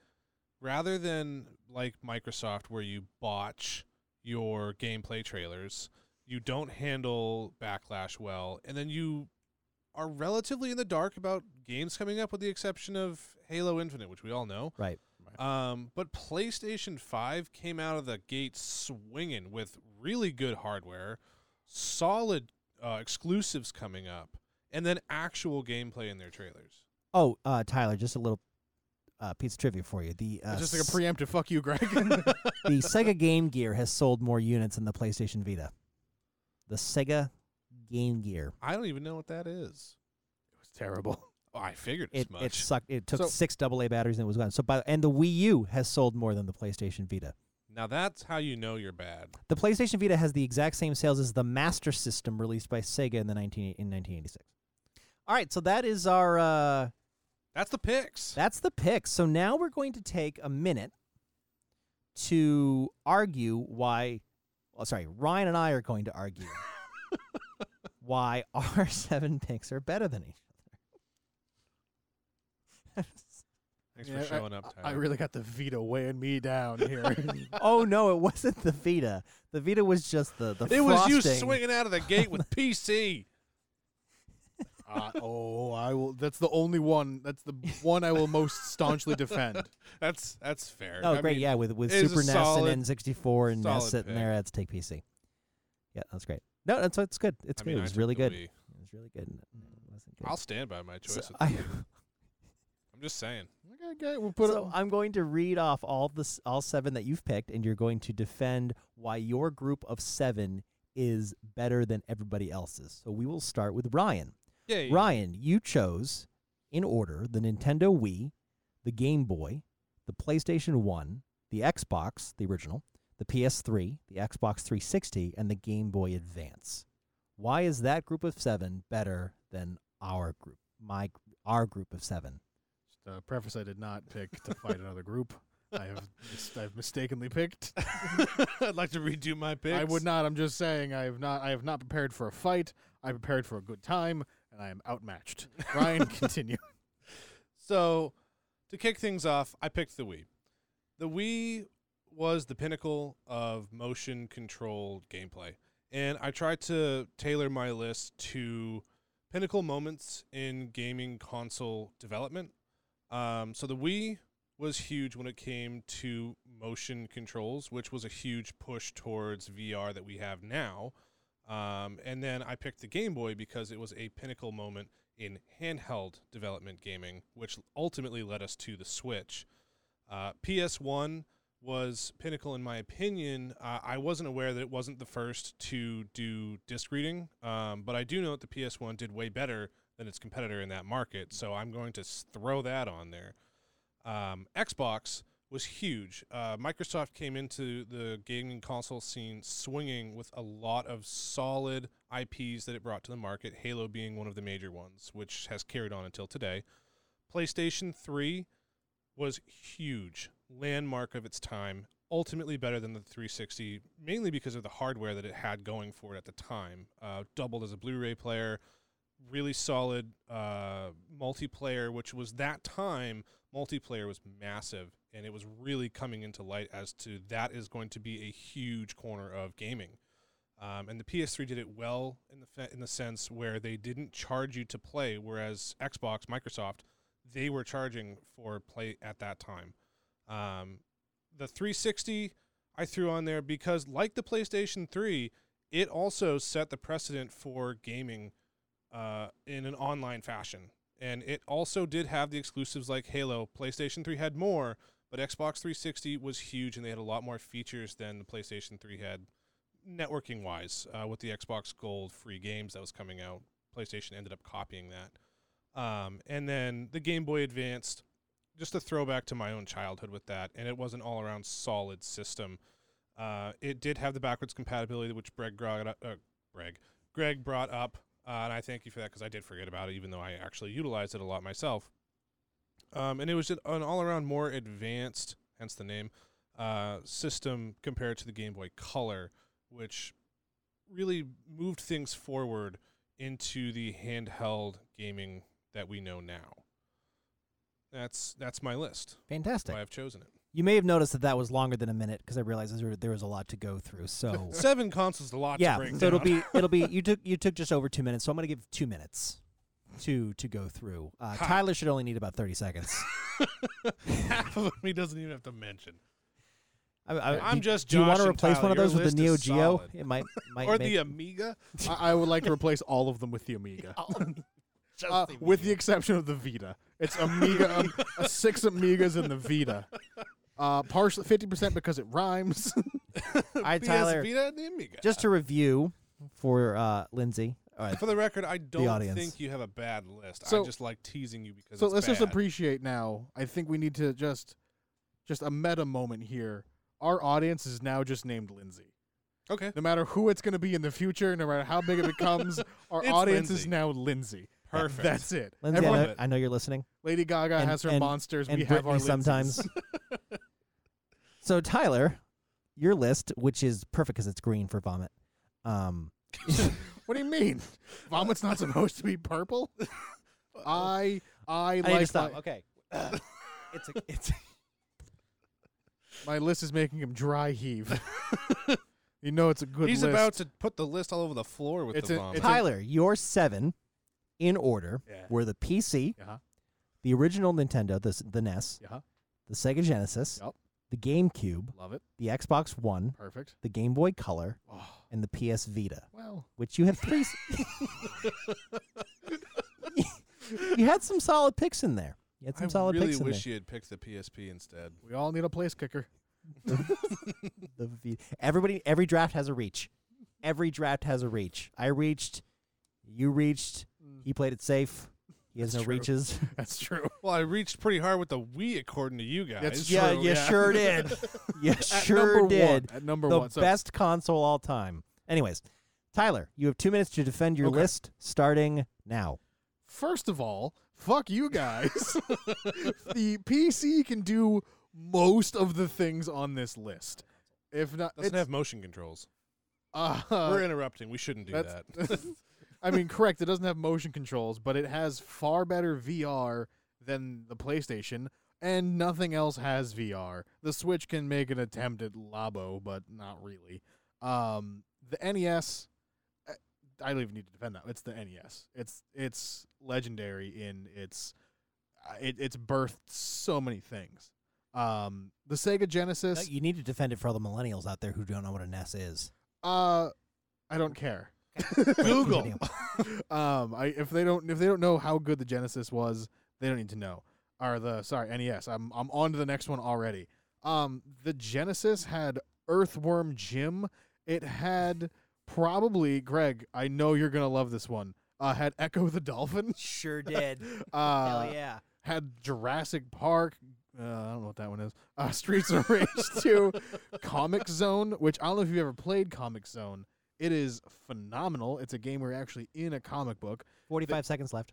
rather than like Microsoft, where you botch your gameplay trailers, you don't handle backlash well, and then you are relatively in the dark about games coming up, with the exception of Halo Infinite, which we all know.
Right.
Um, but PlayStation 5 came out of the gate swinging with really good hardware, solid uh, exclusives coming up, and then actual gameplay in their trailers.
Oh, uh, Tyler, just a little uh, piece of trivia for you. The uh,
It's just like a
s-
preemptive "fuck you, *laughs* Greg."
the Sega Game Gear has sold more units than the PlayStation Vita. The Sega Game Gear.
I don't even know what that is.
it's terrible.
Oh, I figured as
It,
much.
it sucked. It took
So-
six AA batteries and it was gone. So by and the Wii U has sold more than the PlayStation Vita.
now that's how you know you're bad.
The PlayStation Vita has the exact same sales as the Master System released by Sega in the 19, in 1986. All right, so that is our uh,
That's the picks.
that's the pick. So now we're going to take a minute to argue why. Well, sorry, Ryan and I are going to
*laughs*
argue why our *laughs* seven picks are better than each other.
Thanks
Yeah,
for showing up, Tyler.
I really got the Vita weighing me down *laughs* here.
oh no, it wasn't the Vita. The Vita was just the the.
it was you
frosting.
swinging out of the gate with *laughs* PC.
uh, oh, I will. That's the only one. That's the one I will most staunchly defend.
That's that's fair.
Oh
I
great,
mean,
yeah, with with
it is
Super
a
NES
solid-
and N64 and NES
solid
sitting
pick.
there. That's take PC. Yeah, that's great. No, that's it's good. It's
I
good.
mean,
it
I
was
took
really
the
good.
Wii.
It was really good. and It wasn't good.
I'll stand by my
So
choice.
I-
I'm just saying.
*laughs* Okay, okay, we'll put
so
it.
I'm going to read off all the s- all seven that you've picked, and you're going to defend why your group of seven is better than everybody else's. So we will start with Ryan.
Yay.
Ryan, you chose in order the Nintendo Wii, the Game Boy, the PlayStation 1, the Xbox, the original, the PS3, the Xbox 360, and the Game Boy Advance. Why is that group of 7 better than our group? My our group of 7.
Just, uh, preface: I did not pick to fight another group. I have mis- I've mistakenly picked.
*laughs* I'd like to redo my picks.
I would not. I'm just saying I have not I have not prepared for a fight. I prepared for a good time and I am outmatched. Ryan, continue.
So, to kick things off, I picked the Wii. The Wii was the pinnacle of motion controlled gameplay, and I tried to tailor my list to pinnacle moments in gaming console development. Um, so the Wii was huge when it came to motion controls, which was a huge push towards VR that we have now. Um, and then I picked the Game Boy because it was a pinnacle moment in handheld development gaming, which ultimately led us to the Switch. Uh, PS1 was pinnacle, in my opinion. Uh, I wasn't aware that it wasn't the first to do disc reading, um, but I do know that the PS1 did way better than its competitor in that market, so I'm going to s- throw that on there. Um, Xbox was huge. Uh, Microsoft came into the gaming console scene swinging with a lot of solid IPs that it brought to the market, Halo being one of the major ones, which has carried on until today. PlayStation 3 was huge, landmark of its time, ultimately better than the 360, mainly because of the hardware that it had going for it at the time. Uh, doubled as a Blu ray player, really solid uh, multiplayer, which was that time multiplayer was massive and it was really coming into light as to that is going to be a huge corner of gaming. Um, and the PS3 did it well in the fe- in the sense where they didn't charge you to play, whereas Xbox, Microsoft, they were charging for play at that time. Um, the 360 I threw on there because, like the PlayStation 3, it also set the precedent for gaming uh, in an online fashion. And it also did have the exclusives like Halo. PlayStation 3 had more, but Xbox 360 was huge and they had a lot more features than the PlayStation 3 had networking wise uh, with the Xbox Gold free games that was coming out. PlayStation ended up copying that. Um, and then the Game Boy Advanced, just a throwback to my own childhood with that. And it was an all around solid system. Uh, it did have the backwards compatibility, which Greg brought up. Uh, Greg. Greg brought up. Uh, and I thank you for that because I did forget about it, even though I actually utilized it a lot myself. Um, and it was just an all around more advanced, hence the name, uh, system compared to the Game Boy Color, which really moved things forward into the handheld gaming that we know now. That's that's my list.
Fantastic.
Why I've
*laughs*
chosen it.
You may have noticed that that was longer than a minute because I realized there- there was a lot to go through.
*laughs*
So
Seven consoles is a lot
yeah,
to break
so it'll
down. *laughs*
be it'll be you took you took just over two minutes. So I'm going to give two minutes to to go through. Uh,
Ha.
Tyler should only need about thirty
*laughs*
seconds.
half of me doesn't even have to mention.
I, I,
I'm
do-
just
Do Uh, you want
Josh
to
and
replace
Tyler.
one of
Your
those with
list
the Neo
is
Geo?
solid.
It
*laughs*
might might
Or
make
the uh, Amiga.
I, I would like to replace all of them with the Amiga, Uh, with the exception of the Vita. It's Amiga, um, uh, six Amigas and the Vita. Uh, partially fifty percent because it rhymes. *laughs*
All right,
PS
Tyler.
Vita and the Amiga.
Just to review for uh, Lindsay. All
*laughs*
right.
For the record, I don't
audience.
think you have a bad list. I
So-
just like teasing you because
so
it's
let's just
bad.
appreciate now. I think we need to just, just a meta moment here. Our audience is now just named Lindsay.
Okay,
No matter who it's going to be in the future, no matter how big it becomes, our
It's
audience is
Lindsay.
now Lindsay. That-
Perfect.
That's it.
Lindsay, I
Everyone-
know, I know you're listening.
Lady Gaga
And-
has her
and-
monsters.
and
we
Britney
have our Lindsays.
sometimes.
*laughs*
so Tyler, your list, which is perfect because it's green for vomit. Um,
*laughs* What do you mean? Vomit's not supposed to
*laughs*
be purple. I I
I need to
like
stop.
my,
Okay. *laughs* it's a, it's
my list is making him dry
*laughs*
heave. you know it's a good
he's
list.
about to put the list all over the floor with
It's
the
a-
vomit.
it's a-
Tyler, your seven in order
Yeah.
were the PC,
Uh-huh.
the original Nintendo, the, s- the NES,
Yeah,
the Sega Genesis,
Yup.
the GameCube,
love it.
the Xbox One,
Perfect.
the Game Boy Color,
Oh,
and the PS Vita,
well,
which you had three. s- *laughs* you had some solid picks in there. You had some
I
solid
really
picks in there.
wish you had picked the PSP instead.
we all need a place kicker. *laughs*
the V- everybody every draft has a reach every draft has a reach i reached you reached he played it safe he has
Mm. That's
no
true. *laughs*
reaches
That's true.
Well, I reached pretty hard with the Wii, according to you guys.
That's
yeah
true,
you
yeah.
sure
*laughs*
did you
At
sure
number
did
One, at number
the
one. So
best console all time anyways tyler you have two minutes to defend your
Okay.
list starting now
first of all, fuck you guys. *laughs* the PC can do most of the things on this list. If not,
Doesn't
it's-
have motion controls.
uh,
We're interrupting. We shouldn't do that.
*laughs* I mean, correct. It doesn't have motion controls, but it has far better VR than the PlayStation, and nothing else has VR. The Switch can make an attempt at Labo, but not really. Um, the NES, I- eh, I don't even need to defend that. It's the NES. It's it's legendary in its uh, it, it's birthed so many things. Um, the Sega Genesis,
E you need to defend it for all the millennials out there who don't know what a nes is
uh, I don't care. *laughs* Google. *laughs* um, I, if they don't if they don't know how good the Genesis was, they don't need to know. Or the sorry NES. I'm I'm on to the next one already. Um, the Genesis had Earthworm Jim. It had probably Greg. I know you're gonna love this one. Uh, had Echo the Dolphin. *laughs*
Sure did.
Uh,
Hell yeah.
had Jurassic Park. Uh, I don't know what that one is. Uh, *laughs* Streets of Rage 2, Comic Zone, which I don't know if you've ever played Comic Zone. It is phenomenal. It's a game where you're actually in a comic book.
45 seconds left.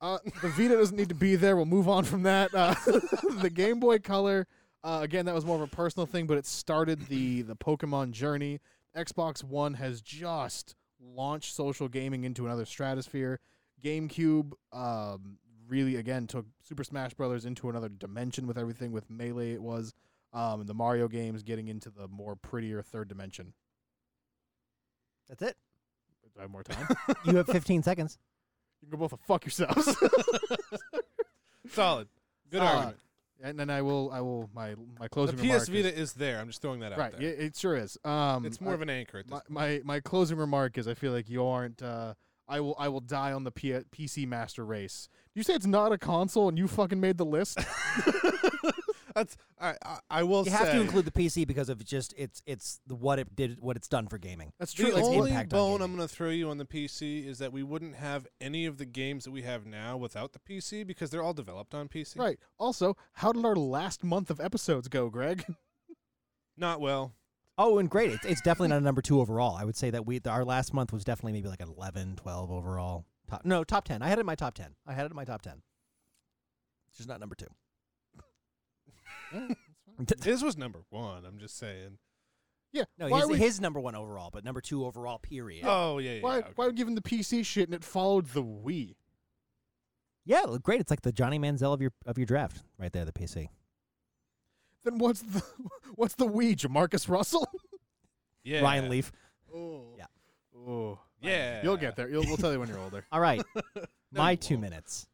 Uh, the Vita doesn't need to be there. We'll move on from that. Uh, *laughs* the Game Boy Color, uh, again, that was more of a personal thing, but it started the the Pokemon journey. Xbox One has just launched social gaming into another stratosphere. GameCube um, really again took Super Smash Brothers into another dimension with everything with Melee. It was um, the Mario games getting into the more prettier third dimension.
That's it.
Do I have more time?
You have 15 *laughs* seconds.
you can go both a fuck yourselves.
*laughs*
*laughs*
Solid. Good
Uh,
argument.
and then I will, I will, my my
The
closing. remark
PS Vita
is,
is, there. I'm just throwing that out
right.
there.
yeah, It sure is. Um,
it's more
I-
of an anchor at this
my, my my closing remark is I feel like you aren't. Uh, I will I will die on the P- PC Master Race. You say it's not a console, and you fucking made
*laughs*
the list.
That's I, I, I will
You
say
have to include the PC because of just it's it's the what it did what it's done for gaming.
That's
the
its
only
impact on
bone I'm
gaming.
going to throw you on the PC is that we wouldn't have any of the games that we have now without the PC because they're all developed on PC.
Right. Also, how did our last month of episodes go, Greg? *laughs*
Not well.
Oh, and great. It's, it's definitely not a number 2 overall. I would say that we our last month was definitely maybe like an 11, 12 overall. Top, no, top 10. I had it in my top 10. I had it in my top 10. Just not number 2.
His was number one. I'm just saying.
yeah.
*laughs* No,
why
his,
would
his number 1 overall, but number 2 overall period.
Oh yeah. yeah
why
okay.
why would give him the PC shit and it followed the Wii?
Yeah, well, great. It's like the Johnny Manziel of your of your draft right there the PC.
Then what's the *laughs* what's the Wii? Jamarcus Russell? *laughs*
yeah.
Ryan Leaf.
Oh.
Yeah.
Oh.
Yeah.
You'll get there. You'll, we'll tell you when you're
*laughs*
older.
All right. my
you
2
won't.
minutes.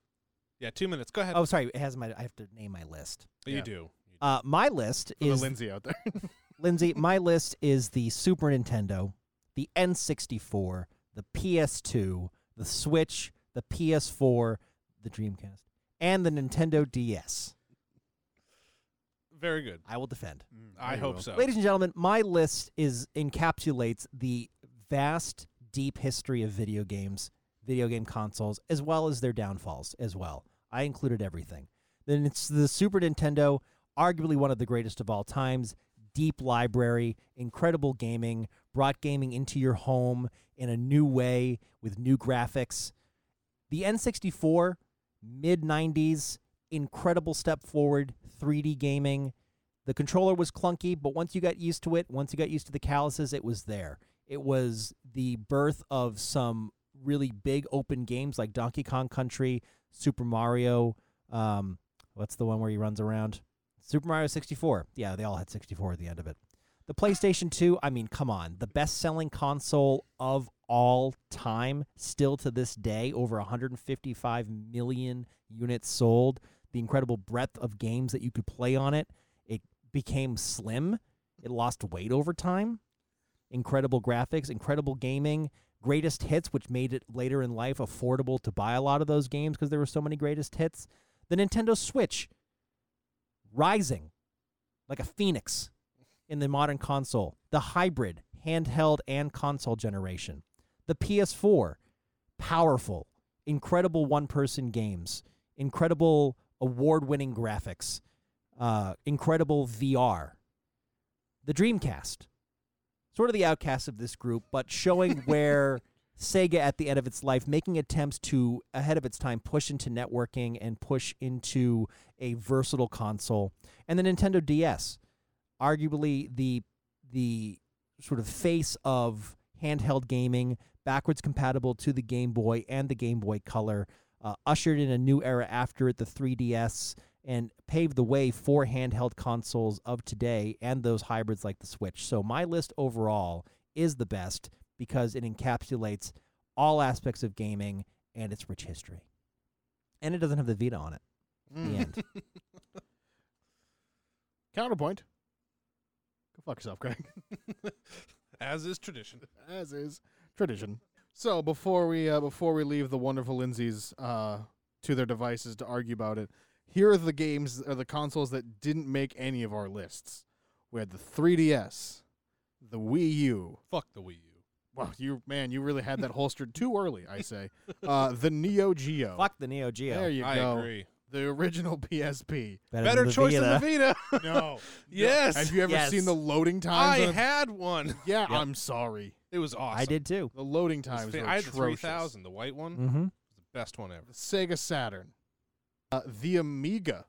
Yeah. Two minutes. Go ahead.
Oh, sorry. It has my I have to name my list.
But
yeah.
You do.
Uh, my list
For the
is
Lindsay out there.
*laughs*
*laughs*
Lindsay, my list is the Super Nintendo, the N64, the PS2, the Switch, the PS4, the Dreamcast, and the Nintendo DS.
Very good.
I will defend.
I hope so.
Ladies and gentlemen, my list is encapsulates the vast, deep history of video games, video game consoles, as well as their downfalls as well. I included everything. Then it's the Super Nintendo, arguably one of the greatest of all times. Deep library, incredible gaming, brought gaming into your home in a new way with new graphics. The N64, mid 90s, incredible step forward, 3D gaming, the controller was clunky, but once you got used to it, once you got used to the calluses, it was there. It was the birth of some really big open games like Donkey Kong Country, Super Mario. Um, what's the one where he runs around? Super Mario 64. Yeah, they all had 64 at the end of it. The PlayStation 2, I mean, come on, the best selling console of all time, still to this day, over 155 million units sold. The incredible breadth of games that you could play on it it became slim. It lost weight over time. Incredible graphics, incredible gaming, greatest hits, which made it later in life affordable to buy a lot of those games because there were so many greatest hits. The Nintendo Switch rising like a phoenix in the modern console, the hybrid handheld and console generation, the PS4, powerful, incredible one person games, incredible award winning graphics uh, incredible VR. The Dreamcast, sort of the outcast of this group, but showing where Sega at the end of its life, making attempts to, ahead of its time, push into networking and push into a versatile console. And the Nintendo DS, arguably the, the sort of face of handheld gaming, backwards compatible to the Game Boy and the Game Boy Color, uh, ushered in a new era after it, the 3DS and paved the way for handheld consoles of today and those hybrids like the Switch. So my list overall is the best because it encapsulates all aspects of gaming and its rich history. And it doesn't have the Vita on it.
Mm.
The
*laughs*
end.
Counterpoint. Go fuck yourself, Greg.
As is tradition.
*laughs* As is tradition. So before we uh, before we leave the wonderful Lindsays uh, to their devices to argue about it, here are the games or the consoles that didn't make any of our lists. We had the 3DS, the Wii U.
Fuck the Wii U.
Wow, you man, you really *laughs* had that holstered too early. I *laughs* say, uh, the Neo Geo.
Fuck the Neo Geo.
There you
I
go.
agree.
The original PSP.
Better
the
choice
Vita.
than the Vita.
*laughs* No.
yes.
Have you ever
Yes.
seen the loading
I
times? on a-
had one.
yeah, I'm sorry.
It was awesome.
I did too.
The loading
It was
times
fa-
were
I had the
atrocious.
3000, the white one.
Mm-hmm.
The best one ever.
The Sega Saturn, uh, the Amiga.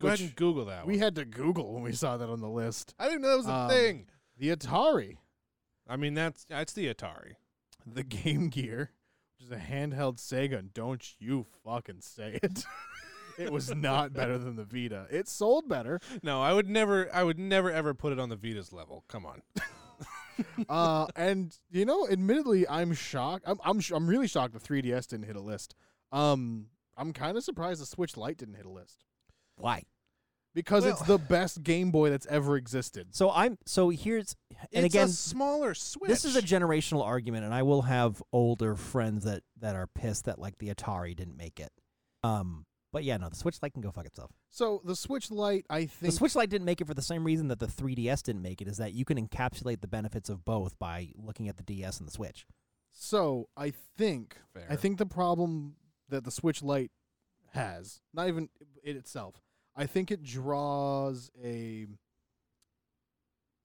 Go
which
ahead and Google that
we
one.
had to Google when we saw that on the list.
I didn't know that was a
um,
thing.
The Atari,
I mean, that's that's the Atari.
the Game Gear, which is a handheld Sega, and don't you fucking say it. *laughs* it was not better than the Vita. It sold better.
No, I would never, I would never ever put it on the Vita's level. Come on.
uh,
*laughs*
and you know, admittedly, I'm shocked. I'm I'm, sh- I'm really shocked the 3DS didn't hit a list. Um, I'm kind of surprised the Switch Lite didn't hit a list
Why?
because it's
Well-
the best Game Boy that's ever existed.
So I'm. So here's. And
it's
again,
a smaller Switch.
this is a generational argument, and I will have older friends that that are pissed that like the Atari didn't make it. Um. But yeah, no, the Switch Lite can go fuck itself.
So the Switch Lite, I think,
The Switch Lite didn't make it for the same reason that the 3DS didn't make it, is that you can encapsulate the benefits of both by looking at the DS and the Switch.
So I think I
Fair.
think the problem that the Switch Lite has, not even it itself, I think it draws a,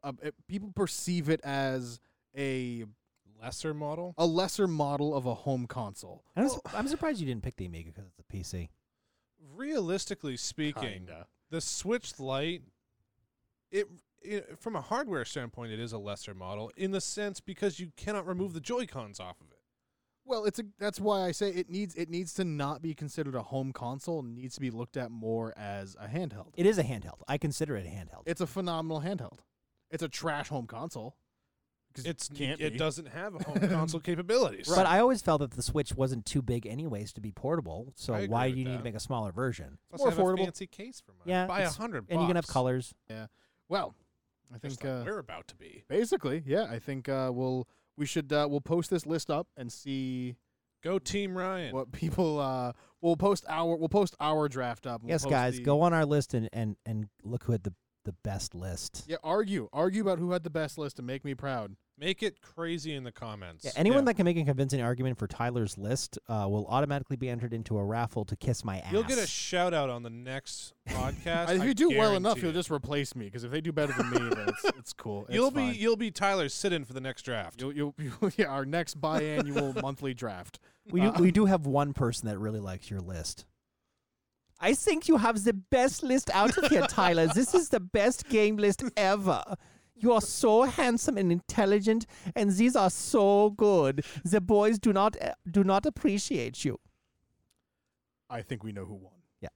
a it, people perceive it as a
lesser model.
a lesser model of a home console.
And I'm, su- I'm surprised you didn't pick the Amiga because it's a PC.
Realistically speaking,
Kinda.
the Switch Lite, it, it from a hardware standpoint, it is a lesser model in the sense because you cannot remove the Joy Cons off of it.
Well, it's a, that's why I say it needs it needs to not be considered a home console. and needs to be looked at more as a handheld.
It is a handheld. I consider it a handheld.
It's a phenomenal handheld. It's a trash home console. 'Cause
It's
can't
it
be.
doesn't have a home console capabilities.
But I always felt that the Switch wasn't too big, anyways, to be portable. So
I agree
why
with
do you need to
that.
make a smaller version?
Plus,
more
I have a
affordable.
fancy case for mine.
Yeah,
buy a
it's-
hundred,
And you can have
bucks,
colors.
Well, I
just
think
like
uh,
we're about to be.
Basically, yeah. I think uh, we'll we should uh, we'll post this list up and see
Go Team Ryan.
what *laughs* people. Uh, we'll post our we'll post our draft up. and we'll
yes,
post
guys,
the-
go on our list and, and, and look who had the, the best list.
Yeah, argue argue about who had the best list and make me proud.
Make it crazy in the comments.
Yeah, anyone
yeah.
that can make a convincing argument for Tyler's list uh, will automatically be entered into a raffle to kiss my ass.
You'll get a shout out on
*laughs*
the next podcast.
if
I
you do well enough,
guarantee
you'll
it.
just replace me because if they do better than me,
*laughs*
then it's, it's cool. It's
you'll be
fine.
you'll be Tyler's sit-in for the next draft.
You'll, you'll, *laughs* you'll, yeah, our next biannual *laughs* monthly draft.
we, do,
uh,
we do have one person that really likes your list. I think you have the best list out of here, Tyler. This is the best game list ever. You are so handsome and intelligent, and these are so good. The boys do not uh, do not appreciate you.
I think we know who won.
Yeah.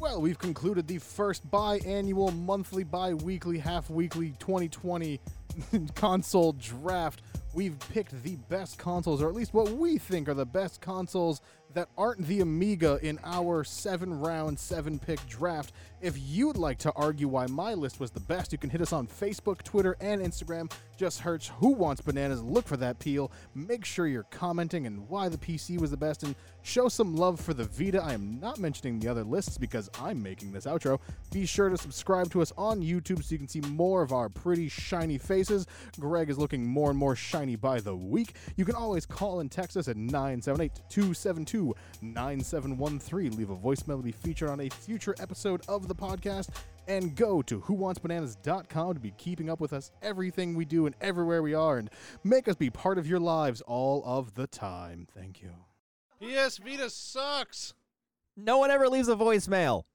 Well, we've concluded the first biannual, monthly, bi weekly, half weekly 2020 *laughs* console draft. We've picked the best consoles, or at least what we think are the best consoles that aren't the Amiga in our seven round, seven pick draft. If you'd like to argue why my list was the best, you can hit us on Facebook, Twitter, and Instagram. Just search Who Wants Bananas, look for that peel. Make sure you're commenting and why the PC was the best, and show some love for the Vita. I am not mentioning the other lists because I'm making this outro. Be sure to subscribe to us on YouTube so you can see more of our pretty shiny faces. Greg is looking more and more shiny by the week. You can always call and text us at 978 272 9713. Leave a voicemail to be featured on a future episode of the podcast. And go to whowantsbananas.com to be keeping up with us, everything we do, and everywhere we are, and make us be part of your lives all of the time. Thank you.
PS Vita sucks.
No one ever leaves a voicemail.